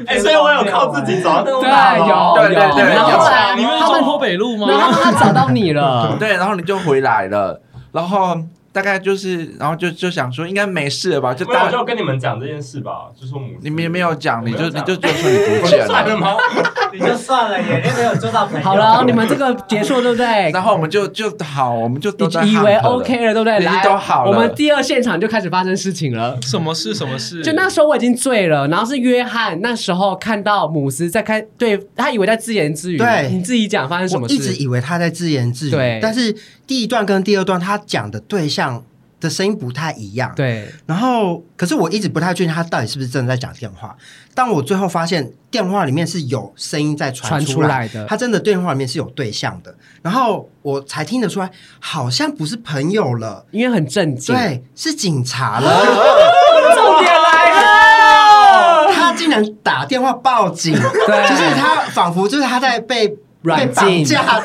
哎，所以我有靠自己找到这种
对，啊
大佬
有
对对
有，
对
然后后来
你们
他
中
们
坡北路吗？
然后他找到你了，
对，然后你就回来了，然后大概就是，然后就就想说应该没事了吧，就
没有，
大
我就跟你们讲这件事吧，就说母子，
你们也没有啊讲，你就
我没
你
有
就
讲
就说你不 见
算了
了，
吗？
你就算了耶，也没有做到朋友。
好了，你们这个结束了对不对？
然后我们就就好，我们就都在
你以为
Hunt 了
OK 了对不对？
已经
来，
都好了
我们第二现场就开始发生事情了。
什么事？什么事？
就那时候我已经醉了，然后是约翰那时候看到姆斯在开，对他以为在自言自语，
对
你自己讲发生什么
我一直
事，
以为他在自言自
对
语，但是第一段跟第二段他讲的对象的声音不太一样。
对，
然后，可是我一直不太确定他到底是不是真的在讲电话。但我最后发现，电话里面是有声音在传
传
出
出
来，
来的，
他真的电话里面是有对象的。然后我才听得出来，好像不是朋友了，
因为很震惊，
对，是警 察了。
重点 来了，
他竟然打电话报警，
对
就是他仿佛就是他在被被
软
绑
禁
架，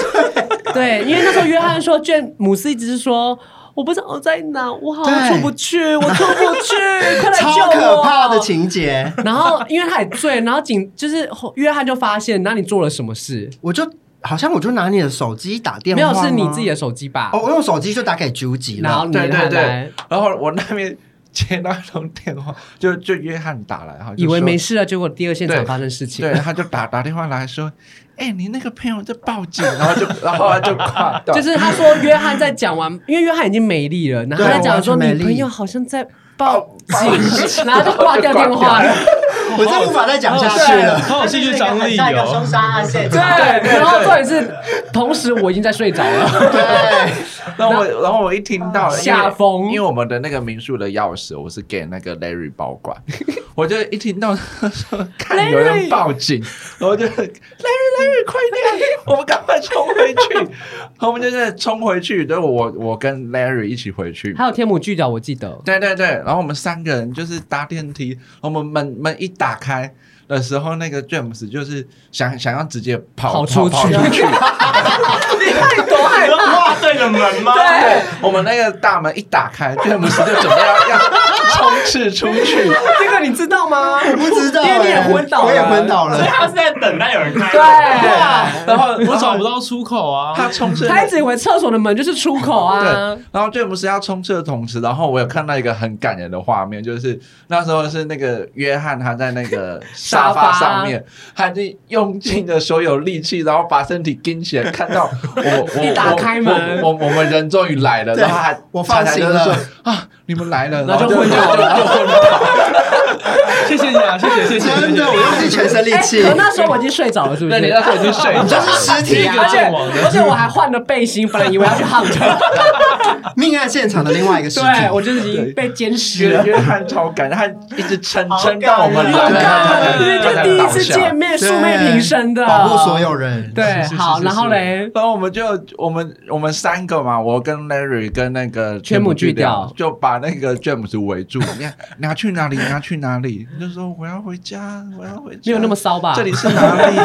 对，因为那时候约翰说，卷姆斯一直是说。我不知道我在哪，我好像
对
出不去，我出不去，快来
超
救我！
可怕的情节，
然后因为他也醉，然后警就是约翰就发现，那你做了什么事？
我就好像我就拿你的手机打电
没
话
有，
吗，
是你自己的手机吧？
哦，我用手机就打给朱吉
然后
了。
你
对对
还来
对，然后我那边接到一通电话， 就就约翰打来，然后就
以为
说
没事了，结果第二现场
对
发生事情
对，。他就打打电话来说：“哎、你那个朋友在报警。”然后就 然后他就挂掉，
就是他说约翰在讲完，因为约翰已经没力了，然后
对
他讲说
完
你
全没力
朋友好像在报 警，然后就挂掉电话了。
我
哦
真无法再讲下去
对，
了。
好有戏剧张力
像一个凶
哦。
杀案现
对，
场。
然后重点是，同时我已经在睡着了。
对，
然后我，然后我一听到因为
吓疯
因为我们的那个民宿的钥匙我是给那个 Larry 保 管，我就一听到他说看有人报警，然后就 Larry Larry 快点，我们赶快冲回去， 然后我们就是冲回去，就是我我跟 Larry 一起回去。
还有天母巨角，我记得
对对对，然后我们三个人就是搭电梯，然后我们门门一打开的时候，那个 James 就是想想要直接跑
跑出
跑
去
出去，
多害
你说哇对着门吗？
对
我们那个大门一打开，James 就准备要要冲刺出去。
这个你知道吗？
我不知道欸，
因为你也昏倒了
我也昏倒 了
所以。他是在等待有人开门。
对，
然后
我找不到出口啊！
他冲刺，
他一直以为厕所的门就是出口
对
啊。，
然后 James 要冲刺的同时，然后我有看到一个很感人的画面，就是那时候是那个约翰他在那个沙发上面，他就用尽了所有力气，然后把身体顶起来，看到我我
一打开门
我我我我们人终于来了，
对
然后还
我放心了
他才说啊，你们来了，
然后就昏
倒了，就昏倒。
谢谢你啊，谢谢谢谢谢谢。
真的，我用尽全身力
哎
气，
可那时候我已经睡着了，是不
对，
是？
你那时候已经睡 着
你就是尸体
这个
而
啊！
且
阵亡的
而且我还换了背心，本来以为要去 hunt，
命案现场的另外一个尸体，
对我就是已经被监视
约
了。
约翰超感人，他一直撑
好
撑到我们
感
来
人
了，
对，就
他才他才
第一
倒
次
下
见面，素昧平生的，
保护所有人。
对，
是是
好，
是
然后
是
嘞，
然后我们就我们我们三个嘛，我跟 Larry 跟那个
全部
巨
锯掉
就把那个 James 围住。你看 你要去哪里？你要去哪里？你就说我要回家，我要回家。
没有那么骚吧？
这里是 哪里？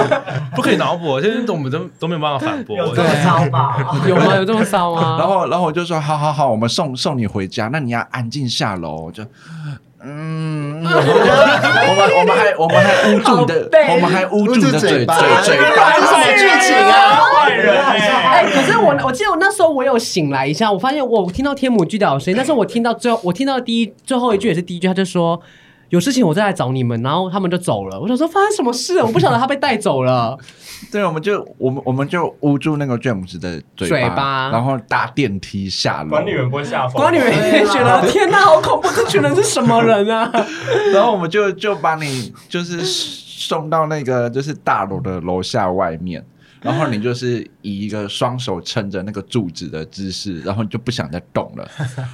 不可以脑补，现在我们都都没有办法反驳。
有这么糟吧？
有吗？有这么骚吗？
然后然后我就说好好好，我们送送你回家，那你要安静下楼。我就 嗯，我们我们还我们还捂住你
好
的
背，
我们还捂住你的嘴
捂住嘴巴
嘴嘴巴。
这 是什么剧情啊？
坏人
哎、
哎！
可是我我记得我那时候我有醒来一下，我发现我听到天母巨屌声，但是我听到最后我听到第一最后一句也是第一句，他就说有事情我再来找你们，然后他们就走了。我想说发生什么事了？我不晓得他被带走了。
对，我们就我们我们就捂住那个 James 的嘴
嘴巴
然后搭电梯下楼。
管理员不会下风，
管理员也觉得天哪，好恐怖！这群人是什么人啊？
然后我们就就把你就是送到那个就是大楼的楼下外面，然后你就是以一个双手撑着那个柱子的姿势，然后你就不想再动 了。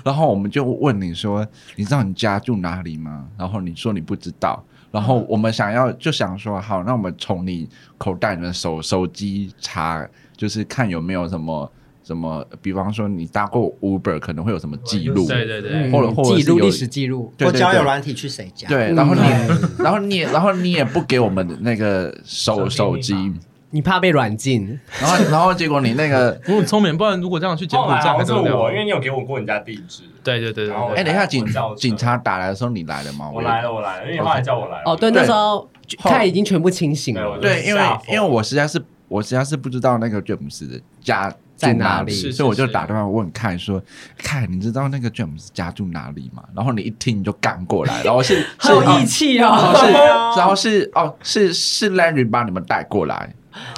然后我们就问你说，你知道你家住哪里吗？然后你说你不知道。然后
嗯
我们想要就想说，好，那我们从你口袋里的手手机查，就是看有没有什么什么，比方说你搭过 Uber 可能会有什么记录，
对对对，
嗯
或者或者是
记录
有
历史记录，
对
我
对
交
对
友软体去谁家？
对，
嗯
然后你，然后你，然后你也不给我们的那个手手
手
机
机，
你怕被软禁？
然后然后结果你那 个，
我很聪明，不然如果这样去柬埔
后来
寨
好
还
像是
怎么
我，因
样？
为你有给我过你家地址，
对对对对
哎，
对，
等一下警
我叫车
警察打来的时候你来了吗？
我来。了，我来了，因为你后来叫我来了。
哦，对，
对
那时候
后
他已经全部清醒
对我
了
就。
对，因为
吓疯
因为我实在是我实在是不知道那个詹姆斯的家住
在哪
哪
里
是是
所以我就是打电话问凯说：“凯，你知道那个詹姆斯家住哪里吗？”然后你一听你就赶过来，然后 是是
好有
哦
义气
然
哦
后是然后是哦是是 Larry 把你们带过来，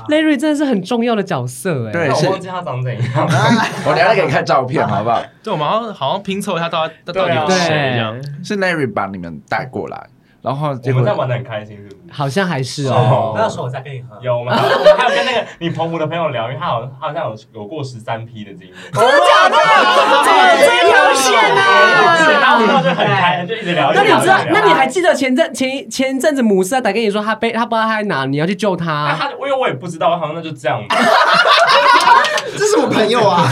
，Larry 真的是很重要的角色哎、
对
但
是
我忘记他长怎样。
我等一下给你看照片好不好？
对，我们好像好像拼凑一下到到底
对啊
有谁这样
对。，
是 Larry 把你们带过来，然后
我
结果
们在玩的很开心，是不是？
好像还是哦。
那时候我在跟你喝。
有，我们还有我们还有跟那个你澎湖的朋友聊，因为他好像他好像有有过十三批的经历，
真的假的？怎么有哦这条线呢、
是然
啊
后我们那时候就很开，就一直聊。
啊那你
一直聊
知道
一？直聊
那你还记得前阵前一前一阵子母狮在打给你说他被他不知道他在哪，你要去救
啊
他。
他因为我也不知道，我好像那就 这样吧。
这是我朋友啊，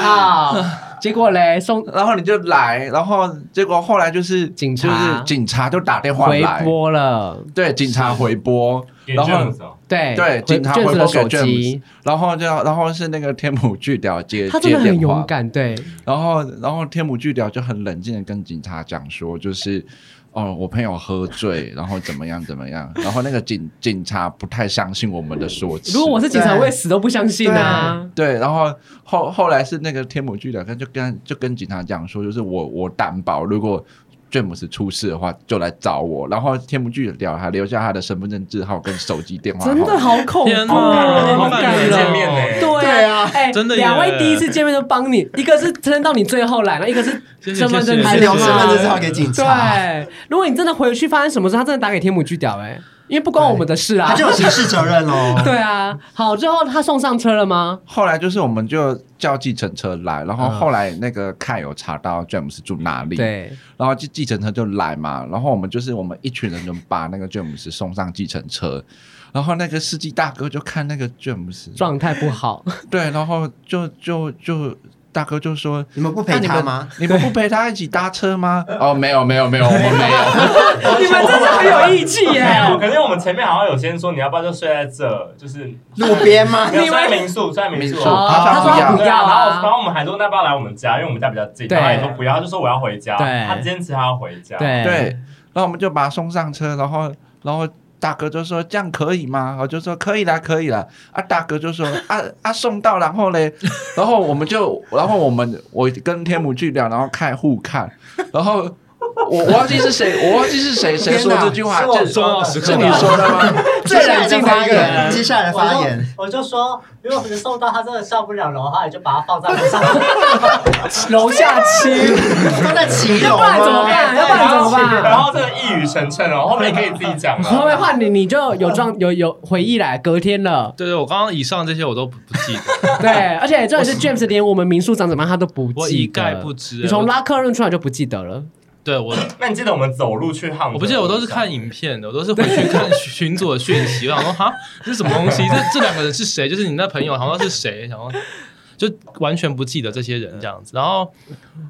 好，
啊
结果嘞送
然后你就来，然后结果后来就是
警察
就是警察就打电话
回
来，
拨了，
对，警察回拨，
给
然后
James 哦
对
对警察
卷
回
子
拨
的
给
手机
James，，然后就然后是那个天母巨屌接
他
接
真的很
电
勇
话，
敢，对，
然后然后天母巨屌就很冷静的跟警察讲说，就是哦我朋友喝醉，然后怎么样怎么样，然后那个警警察不太相信我们的说辞，
如果我是警察，
对
我也死都不相信啊。
对，然后后后来是那个天母巨屌，他就跟就跟警察讲说，就是我我担保，如果詹姆斯出事的话，就来找我。然后天母巨屌还留下他的身份证字号跟手机电话号
真的
码。
好恐
天
怖，
哪，好
好
感
感
人
人
人
哦
见面呢
对啊，哎，
真的耶
两位第一次见面都帮你，一个是撑到你最后来，了，一个是
谢谢
身份证
谢谢
字号
是
还留
是
身份证字号给警察，
对，如果你真的回去发生什么事，他真的打给天母巨屌哎，因为不关我们的事啊
他。就有刑事责任喽。
对啊，好，最后他送上车了吗？
后来就是我们就叫计程车来，然后
嗯
后来那个凯有查到詹姆斯住哪里，
对，
然后计计程车就来嘛，然后我们就是我们一群人就把那个詹姆斯送上计程车，然后那个司机大哥就看那个詹姆斯，
状态不好，
对，然后就就就大哥就说
你们不陪他吗？
你们不陪他一起搭车吗？ 哦，没有没有没有，我们没有。
你们真的很有义气 耶！
没有，可是我们前面好像有先说你要不要就睡在这，就是
路边 吗？
没有睡在民宿，睡在民宿。
民宿
哦
他
他
说
说他
不
不
对
要
啊，然后
啊
然，后我们还说那要不要来我们家，因为我们家比较近。
对
然后他也说不要，他就说我要回家。
对
他坚持他要回家。
对
对，然后我们就把他送上车，然后然后大哥就说这样可以吗？我就说可以啦，可以啦。啊，大哥就说啊 啊送到，然后嘞， 然后我们就然后我们我跟天母去聊，然后看互看，然后。我我忘记是谁，我忘记是谁谁说这句话，
天哪
这
是我说的
是你说的吗？
最冷静的一个人，接
接
下来的
我
发
就
言，
我就说，如果是送到他真的上不了楼的话，你就把他放在楼上。
楼下亲，
放在骑
要
楼
不然怎么
吗？
办？要不然怎么办？
然后这个一语成谶哦，后面可以自己 讲了。
会不会换你？你就有状有有回忆来，隔天了。
对对，我刚刚以上这些我都不不记得，
对，而且重点是 James 连我们民宿长怎么样他都不
我
记
一
得
概不知。啊
你从拉客润出来就不记得 了。
对我
那你记得我们走路去汉？
我不记得，我都是看影片的，我都是回去看群组的讯息。我想说，哈，这是什么东西？这这两个人是谁？就是你那朋友好像是谁？想说就完全不记得这些人这样子。然后，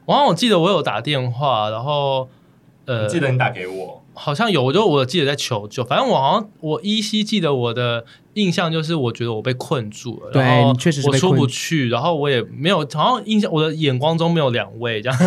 然后我记得我有打电话，然后呃，
你记得你打给我，
好像有，我就我记得在求救。反正我好像我依稀记得我的印象就是，我觉得我被困住了，
对
然后
你确实是
我
被
出
困
不去，然后我也没有，好像印象我的眼光中没有两位这样。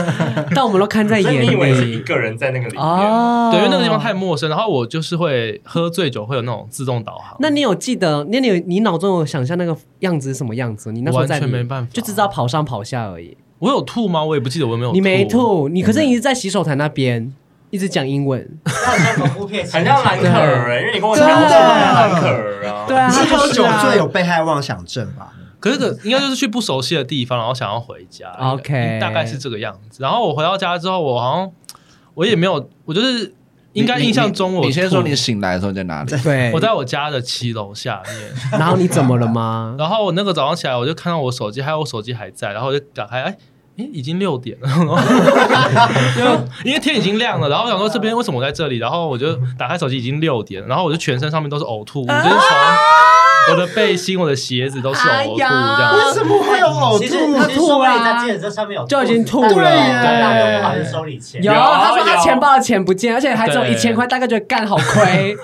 但我们都看在
所以
眼
你以为是一
里
个人在那个里面。
哦。
对，因为那个地方太陌生，然后我就是会喝醉酒会有那种自动导航。
那你有记得？那你有你脑中有想象那个样子是什么样子？你那时候
完
在
全
里
没办法
就只知道跑上跑下而已。
我有吐吗？我也不记得我有没有。
你没。吐，你可是你一直在洗手台那边一直讲英文。
那很像恐怖片，
很像蓝可儿、欸，因为你跟我讲，
真
我
的
真的蓝可儿啊。
对啊，
你是喝酒
他就是啊
醉有被害妄想症吧？
可是这应该就是去不熟悉的地方，然后想要回家。
OK
大概是这个样子。然后我回到家之后，我好像我也没有，我就是应该
你
印象中我
你你先
吐
说你醒来的时候在哪里？
对，
我在我家的七楼下面。
然后你怎么了吗？
然后我那个早上起来，我就看到我手机，还有我手机还在，然后我就打开，哎。哎，已经六 点了，然后因为天已经亮了，然后我想说这边为什么我在这里？然后我就打开手机，已经六点了，然后我就全身上面都是呕吐物，就是
啊
从我的背心、我的鞋子都是呕吐这样
哎
子
呀。
为什么会有呕
其实
吐？
其实说不定你在记得这上面有
啊就已经吐了
对耶
但大家不好意思收你钱。
有，
有
他说他
有
钱包的钱不见，而且还只有
对
一千块，大概觉得干好亏。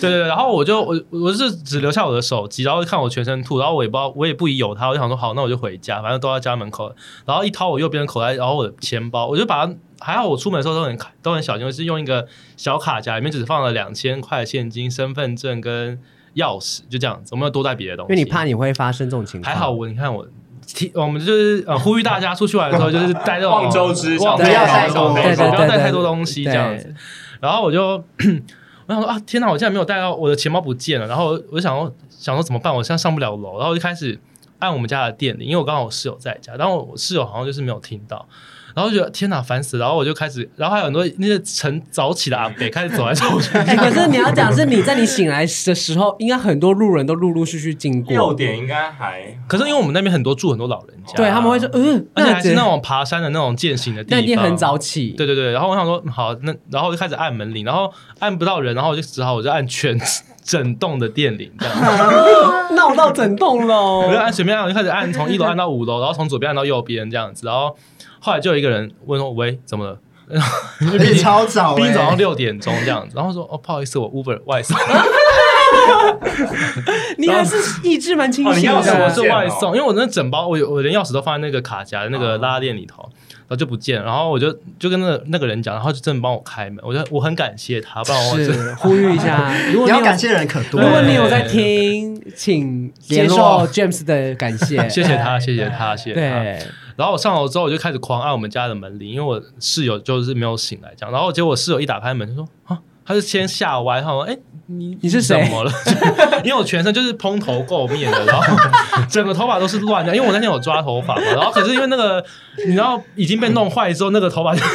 对对对，然后我就我我是只留下我的手机，然后看我全身吐，然后我也不知道我也不疑有他，我就想说好，那我就回家，反正都在家门口了。然后一掏我右边的口袋，然后我的钱包，我就把它还好我出门的时候都很都很小心，就是用一个小卡夹，里面只放了两千块现金、身份证跟钥匙，就这样子，我没有多带别的东
因
西。
为你怕你会发生这种情况。
还好我你看我。提我们就是呃呼吁大家出去玩的时候，就是带这种
望周知
望
不
周
要
知
带
小
多
背
对对
包
对，
不要带
对
太多东西这样子。。然后我就 我想说啊，天哪！我竟然没有带到我的钱包不见了。然后我就想说，想说怎么办？我现在上不了楼。然后我就开始按我们家的电铃，因为我刚好我室友在家，然后我室友好像就是没有听到。然后就觉得天哪，烦死了！然后我就开始，然后还有很多那些晨早起的阿北 开始走来走去，
对哎，可是你要讲是你在你醒来的时候，应该很多路人都陆陆续续经
六
过，
点应该还
可是因为我们那边很多住很多老人家，
对他们会说，嗯，
而且还是
姐
那种爬山的那种践行的地
那
方，
一定很早起。
对对对，然后我想说嗯好，那然后我就开始按门铃，然后按不到人，然后我就只好我就按全 整栋的电铃这样，
闹到整栋
我就
楼。
按随便按，我就开始按从一楼按到五楼，然后从左边按到右边这样子，然后后来就有一个人问说喂怎么了？
而且超 早
毕竟早上
欸，
六点钟这样子，然后说哦不好意思我 Uber 外送，
你还是意志蛮清
哦你
醒
要
钥
什
匙
么
我
的。
是外送，因为我那整包我有我连钥匙都放在那个卡夹的那个拉链里头，然后就不见了，然后我就就跟那个那个人讲，然后就真的帮我开门，我就我很感谢他，不然我真的
是呼吁一 下，如果
你
你
要
有
感谢的人可多
如
了。
果你有在听，请接
联
受
络
James 的感谢。
谢啊谢他，谢谢他，谢谢他。
对，
然后我上楼之后，我就开始狂按我们家的门铃，因为我室友就是没有醒来，这样。然后结果我室友一打开门就说：“啊，他是先吓歪，他说：‘哎、你
你是
怎
谁
么了？’ 因为我全身就是蓬头垢面的，然后整个头发都是乱的，因为我那天有抓头发嘛。然后可是因为那个，你知道已经被弄坏之后，那个头发就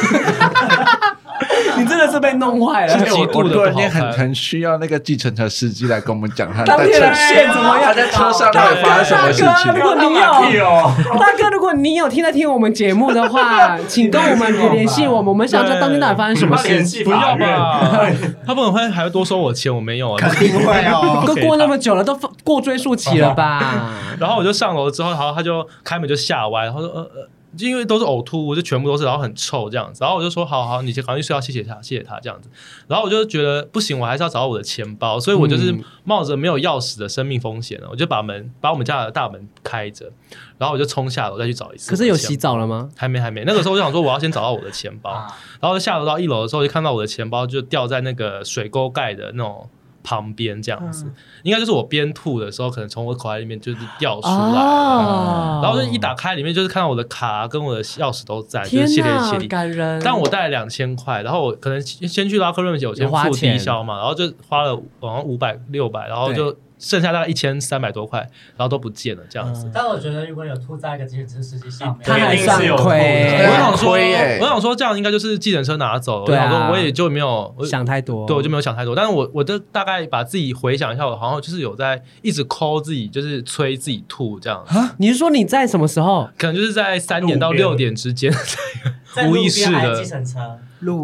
你真的是被弄坏了。
极
我
度
我
的
突
不
然
好
间很
看。
很需要那个计程车司机来跟我们讲他
当
在
天的
车
线怎么样
他？在车上到底发生什么事
大哥
情
如。果你有
屁哦，
大哥，如果你有听在听我们节目的 话，请跟我们联系我们，我们想知道当天到底发生什么
他联
事。
系
不
法
要
院，
吧，他不能会还会多收我钱，我没有啊。
肯定会哦。
都过那么久了，都过追溯期了 吧？
然后我就上楼之后，然后他就开门就吓歪，然后说呃呃，就因为都是呕吐物，就全部都是，然后很臭这样子。然后我就说好好，你先赶快去睡觉，谢谢他，谢谢他这样子。然后我就觉得不行，我还是要找到我的钱包，所以我就是
嗯
冒着没有钥匙的生命风险啊呢，我就把门把我们家的大门开着，然后我就冲下楼再去找一次。
可是有洗。澡了吗？
还没，还没。那个时候我就想说，我要先找到我的钱包，
啊
然后就下楼到一楼的时候，就看到我的钱包就掉在那个水沟盖的那种旁边这样子，
嗯
应该就是我边吐的时候，可能从我口袋里面就是掉出来。
哦
然后就一打开，里面就是看到我的卡跟我的钥匙都在，就
天
是谢天
哪
谢，地。
感人！
但我带了两千块，然后我可能先先去拉克瑞姆我先
有花
付
钱
低消嘛，然后就花了好像五百六百，然后就剩下大概一千三百多块，然后都不见了这样子。
但我觉得如果有吐在一个计程车司机上面，
他还
一定
算
是有
对啊
我
亏，
想说，
很亏耶
我想说这样应该就是计程车拿走。
对啊
我想说我也就没有我
想太多。
对，我就没有想太多。但是我我就大概把自己回想一下，我好像就是有在一直抠自己，就是催自己吐这样。
啊
你是说你在什么时候？
可能就是在三点到
路边
六点之间，
在路
无
边
意识
还
的
计。程车，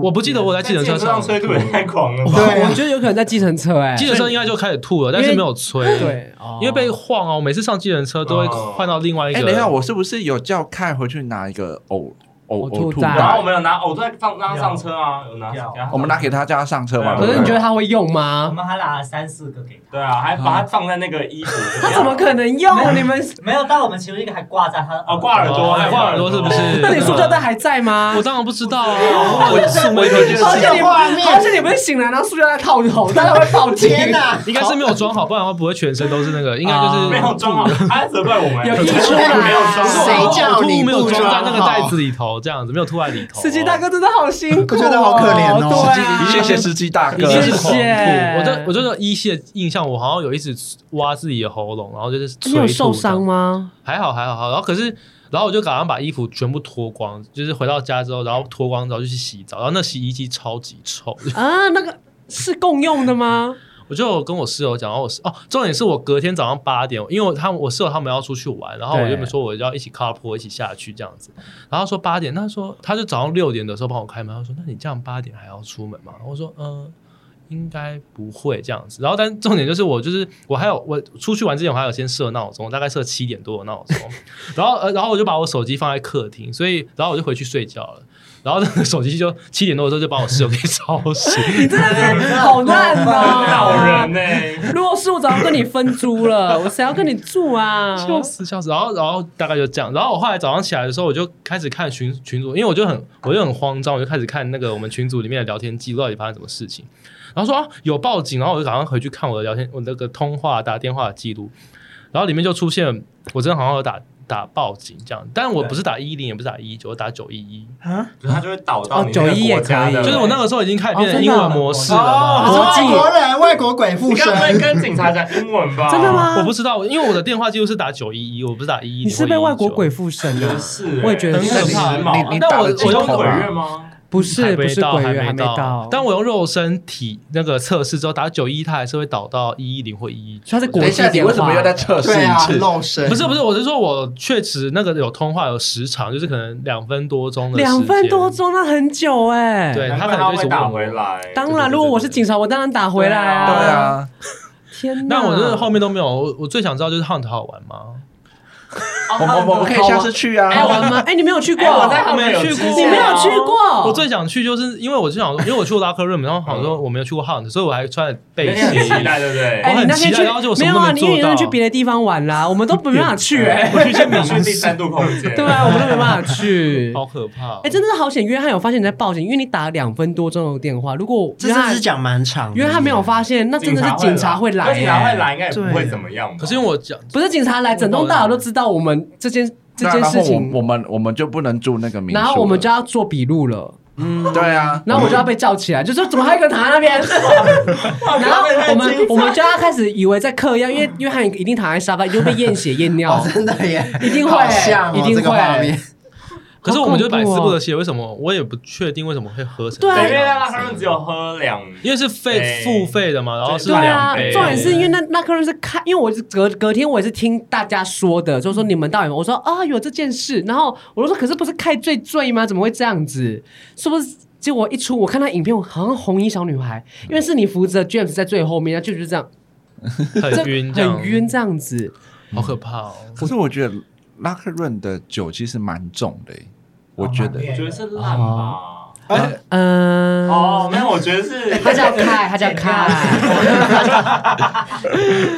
我不记得我在计程车
上，
上
哦吹吐也太狂了吧？
对啊
哦我觉得有可能在计程车哎。
计程车应该就开始吐了，但是没有催。，
对，哦
因为被晃哦，我每次上计程车都会换到另外一
哎，
个。
等一下，我是不是有叫凯回去拿一个呕呕
呕吐
呕吐
袋
然后我
袋？
们有拿，我都在放让他上车啊，有拿
有，
我们拿给他叫他上车嘛。
对
可
啊
是你觉得
对
他会用
我
吗？
们还拿了三四个给他。
对啊，还把它放在那个衣服里面，
他怎么可能用？你们
没有，但我们其中一个还挂在他的
哦挂耳朵
还挂耳朵是不是？
那你塑胶袋还在吗
我？当然不知道啊，我素昧可
我
知
觉。
而且你
这个画面
而且你们醒来，然后塑胶袋套头，大家会爆气。
天哪！
应该是没有装好，不然的话不会全身都是那个，应该就是
啊
没有装好？他责怪我们，
有溢
没有
出来啊
装好
谁叫
吐
你
没有
不
装在那
装
个
哦
好
袋子里头，这样子没有吐在里头。哦
司机大，哥真的好辛苦哦，
我觉得好可怜哦
对啊，
谢谢司机大哥
你，
谢
是
谢
狂吐，
哎
我这我这个依稀的印象，我好像有一直挖自己的喉咙，然后就是
你有
催吐
受伤吗？
还好还好还好，然后可是，然后我就赶快把衣服全部脱光，就是回到家之后，然后脱光之后就去洗澡，然后那洗衣机超级臭，
啊，那个是共用的吗？
我就有跟我室友讲，然后我室哦，重点是我隔天早上八点，因为我他们我室友他们要出去玩，然后我
对
就没说我要一起 carpool 一起下去这样子，然后他说八点，他说他就早上六点的时候帮我开门，他说那你这样八点还要出门吗？我说嗯。呃应该不会这样子，然后但重点就是我就是我还有我出去玩之前我还有先设闹钟，大概设七点多的闹钟， 然后呃然后我就把我手机放在客厅，所以然后我就回去睡觉了，然后那个手机就七点多的时候就把我室友给吵醒，
你真的是好烂哦，
好 人。呢？
如果是我，早就跟你分租了，我谁要跟你住啊？
笑死笑死！然后然后大概就这样。然后我后来早上起来的时候，我就开始看群群组，因为我就很我就很慌张，我就开始看那个我们群组里面的聊天记录到底发生什么事情。然后说啊有报警，然后我就赶快回去看我的聊天，我那个通话打电话的记录，然后里面就出现我真的好像有打打报警这样，但我不是打一零，也不是打一九，我打九一一，
他就会倒到
哦
你那个
九一也
国家
可
的，
以
就是我那个时候已经开始变
哦
成
真
英
的啊
文模式了嘛。
哦
外国人，啊外国鬼附
你刚才
身。
跟警察讲英文吧？
真的？吗？
我不知道，因为我的电话记录是打九一一，我不是打一一。
你是被外国鬼附身啊
觉得
的？
是，欸
我也觉得
很
是
可怕
时髦
你你
但
打
我
了
我
几
用
通
鬼
啊
月？吗？
不
还
是，不
没
是
到
鬼
还
月，还没到。
但我用肉身体那个测试之后，打九一，它还是会导到一一零或一一。
所以它是国
等一
际
下，你
电话
为什么要再测试
对
一
啊，
次？
露身
不是不是，我是说我确实那个有通话有时长，就是可能两分多钟的时间
两分多。钟，那很久哎。
对
难怪
他可能
会
就是
打
问我
回来。
当
对对
然，
对
如果我是警察，我当然打回来
对
啊。
啊，
天哪！
那我就是后面都没有，我我最想知道就是 Hunt 好玩吗？
哦
我们我们可以下次去啊。
爱玩吗？哎，你没有去过，
哎我在
我没去过，
你没
哦
有去过，
我最想去就是因为我就想，因为我去过拉克瑞姆，然后好
嗯
像我没有去过 Hunt，所以我还穿背
有
心
点。期待，对不对？
哎，
我
你
很
那
期
天
待
去
然后结果什
没
么
有啊？
都没
你
做
因为那天去
到
别的地方玩啦，我们都没办法去，哎，
我去先民宿第三度空间，
对啊，我们都没办法去。
好可怕哦！
哎，真的是好险！约翰有发现你在报警，因为你打了两分多钟的电话。如果
这
约
真的
翰
是讲蛮长的，
约翰没有发现，那真的是警察会
啊
来
警察会
欸，
来，应该也不会怎么样吧。
可是因为我讲
不是警察来，整栋大楼都知道我们这件这
那
件
然后
事
我
情，
我们我们就不能住那个民宿了，
然后我们就要做笔录了，
对啊，
然后我就要被叫起来，就说怎么还有一个人躺在那边？ 然后我们我们就要开始以为在嗑药，因为约翰一定躺在沙发，一定会被验血验尿
哦，，真的耶，
一定会
好像哦
一定
这个画
会
面。
可是我们就是百思
好恐怖
不
哦
得其解，为什么我也不确定为什么会喝成
对啊
这
对，因为
样
在拉克润只有喝两，
因为是费
哎
付费的嘛，然后是
对啊
两，杯，
重点是因为那那客人是看，因为我是隔隔天我也是听大家说的，就说你们到底有没有我说啊有这件事，然后我就说可是不是开最醉吗？怎么会这样子？是不是？结果一出，我看到影片，我好像红衣小女孩，因为是你扶着 James 在最后面，然后 James 就这样，
很晕，
这
这样
很，晕这样子。
好可怕哦！
可是我觉得拉克润的酒其实蛮重的欸、我觉得。
我觉得是烂
啊
吧。
嗯、
哦，没有，我觉得是
他 叫凯，他叫凯，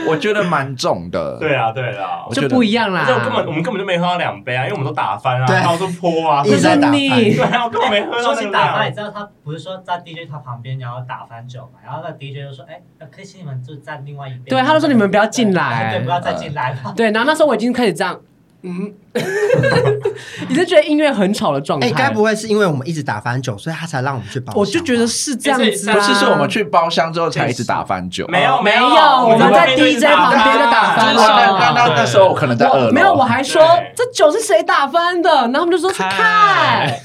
我觉得蛮重的。
对啊，对啊
我。觉
就
得
不一样啦
而且我。根本我们根本就没喝到两杯啊，因为我们都打翻啊，
对
到处泼啊，
就
一直
是
在打翻
你
对，啊，我根本没喝到
说
那个
起打翻，你
量。
知道他不是说在 DJ 他旁边，然后打翻酒嘛？然后那 DJ 就说：“哎，可以请你们就站另外一边。”哎
对他就说你们不要进来
对，对不要再进来了。
对。然后那时候我已经开始这样， 嗯，你是觉得音乐很吵的状态？
哎，该不会是因为我们一直打翻酒，所以他才让我们去包厢吧？
我就觉得是这样子、啊，
不是说我们去包厢之后才一直打翻酒。
没有
没有
我
我们在
外面就一直
DJ 旁边就打
那
翻
那那那
了。
那时候我可能在二
我
楼。
没有，我还说
对
这酒是谁打翻的，然后他们就说是
凯
凯，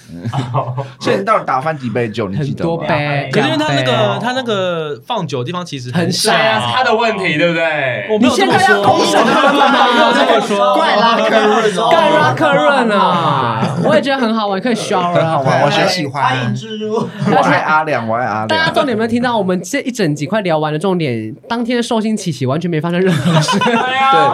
所以你到底打翻几杯酒？你记
很
得吗
多杯，
可是因为他那
两
个
杯
他那个放酒的地方其实
很
小
小
对啊，是他的问题，对不对？
我没
你
有这
现
么
在要
说，
公审他们
没有这么
吗？
说，
怪拉克润哦，
盖拉克润啊，我也觉得很好玩，可以啊 shower 好
对
玩。
我觉得喜欢
欢迎之入。
我爱阿良，我爱阿
大家
良。
重点有没有听到？我们这一整集快聊完了，重点当天的寿星起起完全没发生任何事，
对啊，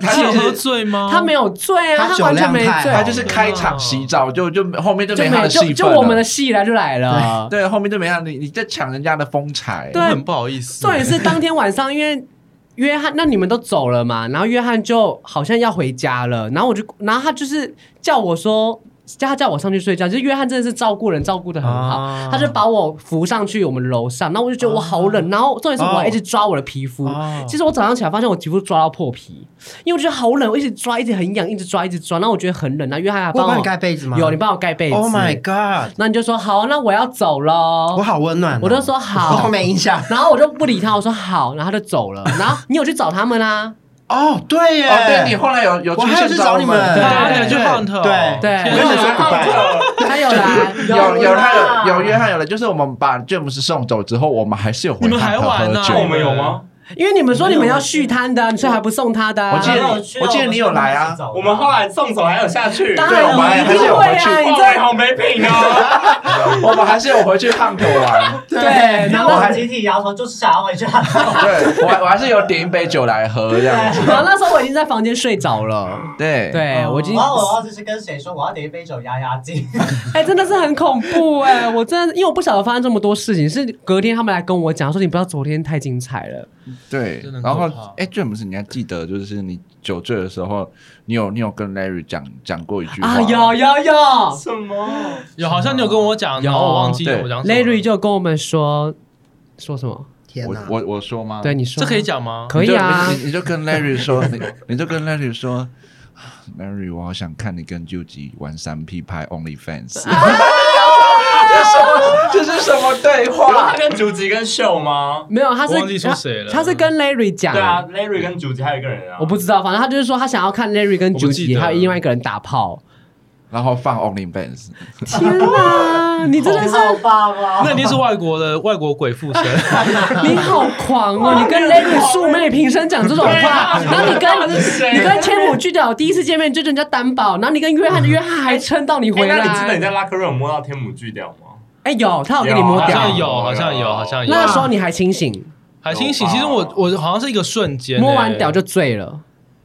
他有喝醉吗？
他没有醉啊，
他
他完全没
酒量太
醉
他
好，
就是开场洗澡，就就后面就
就
没他
没
的
就
戏
就
份
我们的
了。
戏来就来了。
对，后面就没他，你你在抢人家的风采。
对
我很不好意思。
重点是当天晚上，因为 约翰，那你们都走了嘛，然后约翰就好像要回家了，然后我就，然后他就是叫我说。叫他叫我上去睡觉，其实约翰真的是照顾人，照顾的很好。
啊
他就把我扶上去我们楼上，然后我就觉得我好冷，然后重点是我还一直抓我的皮肤。
哦
其实我早上起来发现我皮肤抓到破皮，因为我觉得好冷，我一直抓，一直很痒，一直抓，一直抓。然后我觉得很冷，然后约翰还
我有
帮
帮
我
你盖被子吗？
有你帮我盖被子。
Oh my god！
那你就说好，那我要走喽。
我好温暖哦，
我就说好
我没印象。
然后我就不理他，我说好，然后他就走 了。然后你有去找他们啊？
哦，对耶，
哦，对你后来有有
我
出
还有
现
去找你们
我
对
们
啊，
对
你有去
对
hunt 哦
对
对
天
我跟
啊
你说 goodbye
他有来，
有有他
啦
有有约翰有了，就是我们把詹姆斯送走之后，我们还是有回
你们还
汉堡喝
玩呢啊
酒
那我们有吗？
因为你们说你们要续摊的啊，所以还不送他的啊。
我记得
然后
你
去
我记得你有来啊
走
我们后来送走还有下去，
当
对我
然
们还
你一
是
定
有
会
回去
啊，你
哇
这
好没品哦。
我们还是有回去汉口 玩。
对，然
然
后
后我
那
们集体摇头，就是想要回去。
对，我还我还是有点一杯酒来喝这样子。
然后那时候我已经在房间睡着了。
对，
对， 我已经
然后我忘记是跟谁说，我要点一杯酒压压惊。
哎，真的是很恐怖哎！我真的因为我不晓得发生这么多事情，是隔天他们来跟我讲说，你不要昨天太精彩了。
对
真的，很
然
可怕
后哎，詹姆斯，你还记得就是你酒醉的时候，你有你有跟 Larry 讲讲过一句话
啊，有有有
什 么？
有好像你有跟我讲，然后我忘记
有
我讲什么
，Larry 就跟我们说说什么？
天
我
哪！
我我说吗？
对，，你说
这可以，讲吗？
可以啊
你就你你就跟 Larry 说，你你就跟 Larry 说啊，Larry，我好想看你跟 j u j i 玩三 P 拍 OnlyFans。这是什么？这是什么对
不是
话
他？跟竹吉跟秀吗？
没有，他是
我忘记说谁了
他，他是跟 Larry 讲，
对啊，Larry 跟竹吉还有一个人啊，
我不知道，反正他就是说他想要看 Larry 跟
我不记
Judy
得
还有另外一个人打 炮。
然后放 OnlyFans，
天哪，你真的是
好棒哦！
那一定是外国的外国鬼附身。
你好狂 哦！你跟 Larry 素昧平生讲这种
啊
话，然后你跟你跟千母巨屌第一次见面就人家担保，然后你跟约翰的约翰还撑到你
哎。
回
那你记得
来。
你在拉克瑞有摸到天母巨屌吗？
哎，有他有给你摸
好
屌
像，有好像有好像有
哦那时候你还清醒，
还清醒，其实我我好像是一个瞬间欸
摸完屌就醉了。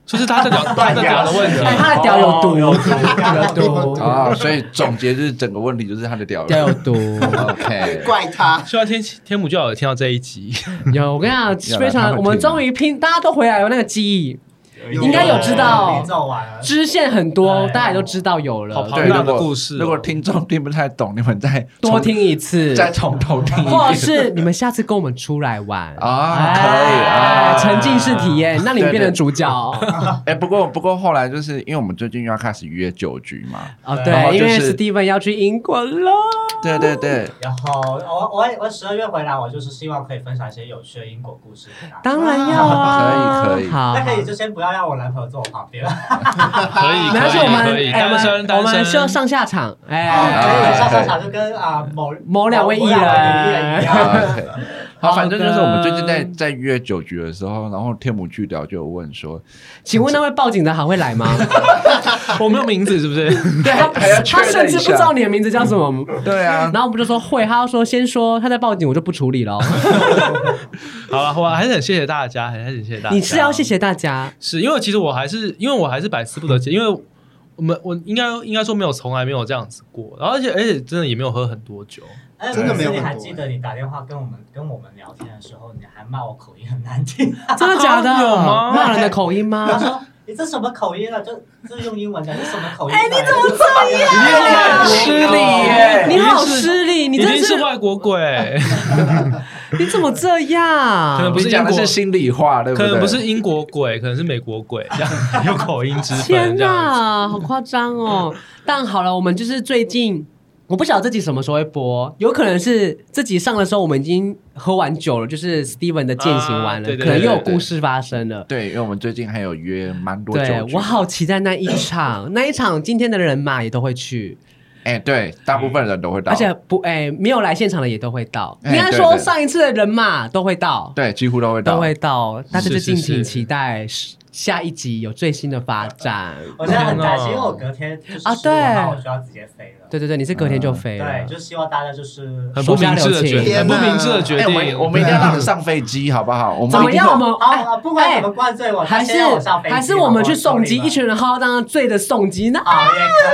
就是他的 屌，他
断
的
崖
屌的哦问题。
哎，他的屌有毒，有 毒，
啊，所以总结就是整个问题就是他的屌。
屌有毒。
OK，
怪他。
希望天天母教有听到这一集，
有，我跟你讲，
嗯要
非
来他
常，
会
我们
听啊的
终于拼，大家都回来有那个记忆，
啊
应该有知
道
听众完了，
支线很多，
哎
大家也都知道有了
好，庞
对，
大
如
的
果
故事哦。
如果听众听不太懂，你们再
多
从
听一次，
再从头听一遍，
或者是你们下次跟我们出来玩
啊，可以啊。
哎，沉浸式体验，让你们变成主 角哦。
哎，不过不过后来就是因为我们最近又要开始约酒局嘛，然
哦
后
对，因
就
为
是
Steven 要去英国了，
对对对，
然后我我我十二月回来，我就是希望可以分享一些有趣的英国故事给大家。
当然要啊，
可以可以
好，
那可以就先不要让我男朋友坐我旁边了，
可以，
没关系，
可以
我们
可以
哎我
单身
们我
单
们需要
身，
上下场，
可
哎，
好
以上上场就跟啊某
某两位艺人
人一样。
OK 好，反正就是我们最近在
好的
在约酒局的时候，然后天母巨屌就有问说，
请问那位报警的行会来 吗？
我没有名字是不是？
对他，
还要确
他
认一下
甚至不知道你的名字叫什么。
对啊，
然后我们就说会，他说先说，他在报警，我就不处理了。
好了，我还是很谢谢大家，还是很谢谢大家。
你是要谢谢大家，
是因为其实我还是因为我还是百思不得其解，因为我们我应该应该说没有从来没有这样子过，然后而且而且真的也没有喝很多酒，
哎
真的没有
可是你
很多
还记得你打电话跟我们跟我们聊天的时候，你还骂我口音很难听，啊
真的假的？
啊有吗
骂人的口音
他
吗？
说你这什么口音啊？这这用英文讲这什么口音啊？哎，你怎么这样？
失礼耶
你好失礼，你
已
真
经是
是
外国鬼，
你怎么这样？
可能不是
你讲的
英国
是心里话，对不
可
对？
能不是英国鬼，可能是美国鬼，这样有口音之
天
分这样子。
哪，好夸张哦！但好了，我们就是最近，我不晓得自己什么时候会播，有可能是自己上的时候我们已经喝完酒了，就是 Steven 的践行完
啊
了，
对对
可能
对
又有
对对
故事发生了。
对，因为我们最近还有约蛮多酒
对
局，
我好期待那一场，那一场今天的人嘛也都会去，
哎，对，大部分人都会到，
而且不哎、没有来现场的也都会到。
哎
应该
对
说
对
上一次的人嘛都会到，
对几乎都会到，
都会到，大家就是敬
是
请
是
期待下一集有最新的发展。
我现在很担心，因为我隔天就是
啊
十五号
对
我就要直接飞了。
对对对，啊你是隔天就飞了，
嗯对，就希望大家就是
很不明智的决定，
天
很
哪
不明智的决
哎，我们
定。
我们一定要让你上飞机，好不好？我
怎
们
么
一定
样？我
要
们
好
哎
了，哦不管怎么灌醉我，
还
他
是
先让我上飞机
还是我们去送机，
好不好
一群人浩浩荡荡醉的送机，那
啊，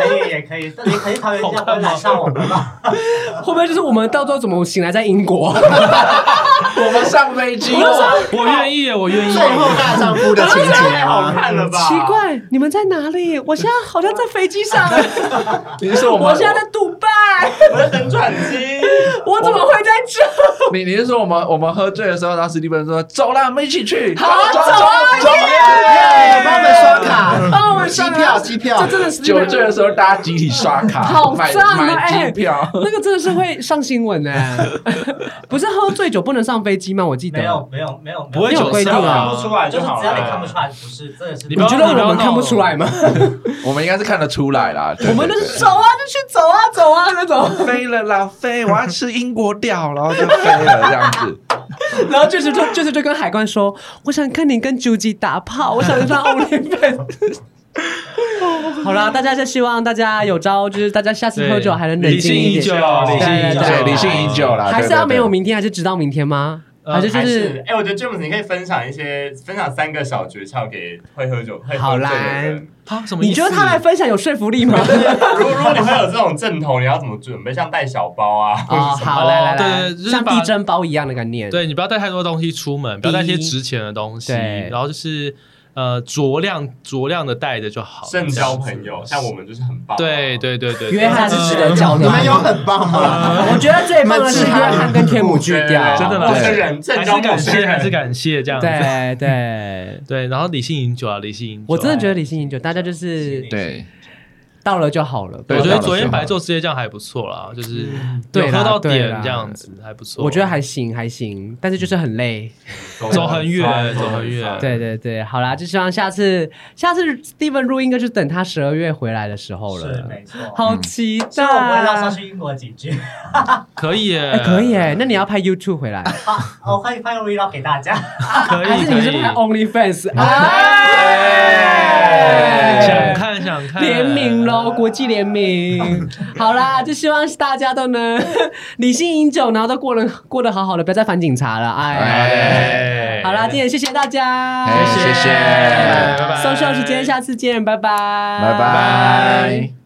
也可以，也可以，但你肯定桃园机会染上我们吧？
会不会就是我们到时候怎么醒来在英国？
我们上飞机
我就
哦，
我愿意，我愿意。
最后大丈夫的情节
太好
吗？
看了吧？
奇，怪，你们在哪里？我现在好像在飞机 上，
你是说我
我
们
现在在杜拜，
我在等转机。
我怎么会在这？
你你是说我们我们喝醉的时候，然后史蒂芬说走啦，我们一起去，
好啊
走
走啊
走走，
耶，帮我们刷卡，
帮我们
机
刷
票，机票
这，真的是
酒醉的时候大家集体刷卡，
好
买
赞啊
买
哎
机票。
那个真的是会上新闻呢、 不是喝醉酒不能上飞机吗？我记得
没有，没有，没有，
不会
你有
酒
规定
色
啊
看不出来
就是
好了。
只要你看不出来，不是真的是
你
你觉得
不要
我们
闹
看不出来吗？
我们应该是看得出来啦，对
我们就是走啊，就去走啊，走啊那种。
对对飞了啦，飞，我要吃英国屌，然后就飞了这样子。
然后就是就就是就跟海关说，我想看你跟九吉打炮，我想上欧联粉。好啦，大家就希望大家有招，就是大家下次喝酒还能冷
理
静
性
一
饮酒
点，，
理性饮酒，
对，理性饮酒啦，
还是要没有
名。
明天，还是直到明天吗？
呃
还是就
还是
是，
哎、我觉得 James，你可以分享一些，分享三个小诀窍给会喝酒、会
好
喝醉
啦
的人。
他什么意思？
你觉得他来分享有说服力吗？
如果如果你会有这种阵头，你要怎么准备？像带小包啊，或
哦，
者是什么
好，来来来
对，就是
像
把
地震包一样的概念。
对你不要带太多东西出门，不要带一些
第一
值钱的东西，
对
然后就是呃酌量酌量的带着就好，
慎
这
交
样子
朋友，像我们就是很棒、
对，对对对，
约翰是值得交
你
的，
们有很棒吗？
我觉得最棒的是约翰跟天母巨掉，
真的啦
陌生人，
还
正
是
交陌
感
生
谢，还是
人。
感谢这样子。
对对。
对，然后理性饮酒啊，理性饮酒。
我真的觉得理性饮酒，大家就
心
是
里
对，
到了就好了。
对啊
我觉
到
得
了
昨天
就
白
好
昼世界这样还不错啦，就是有
对啦
喝到
对
点
啦
这样子还不错。
我觉得还行还行，但是就是很累。
走很远，走很远。
嗯
对对对，好啦，就希望下次下次 Steven 录音，就等他十二月回来的时候
是
了。
没错。
好期
虽然我不会绕上
待！
去英国几句，
可以耶
哎，，可以哎，那你要拍 YouTube 回来，
我可以拍个 vlog 给大家。
可
还
以
是你哦哎啊
可
是
以
拍。OnlyFans？
想
哎
看想想看
联名喽，国际联名。好啦，就希望大家都 能理性饮酒，然后都过得过得好好的，不要再烦警察了。哎，
哎
好啦，今天也谢谢大家，
哎谢谢
拜拜
收秀时间，下次见，拜拜，
拜拜。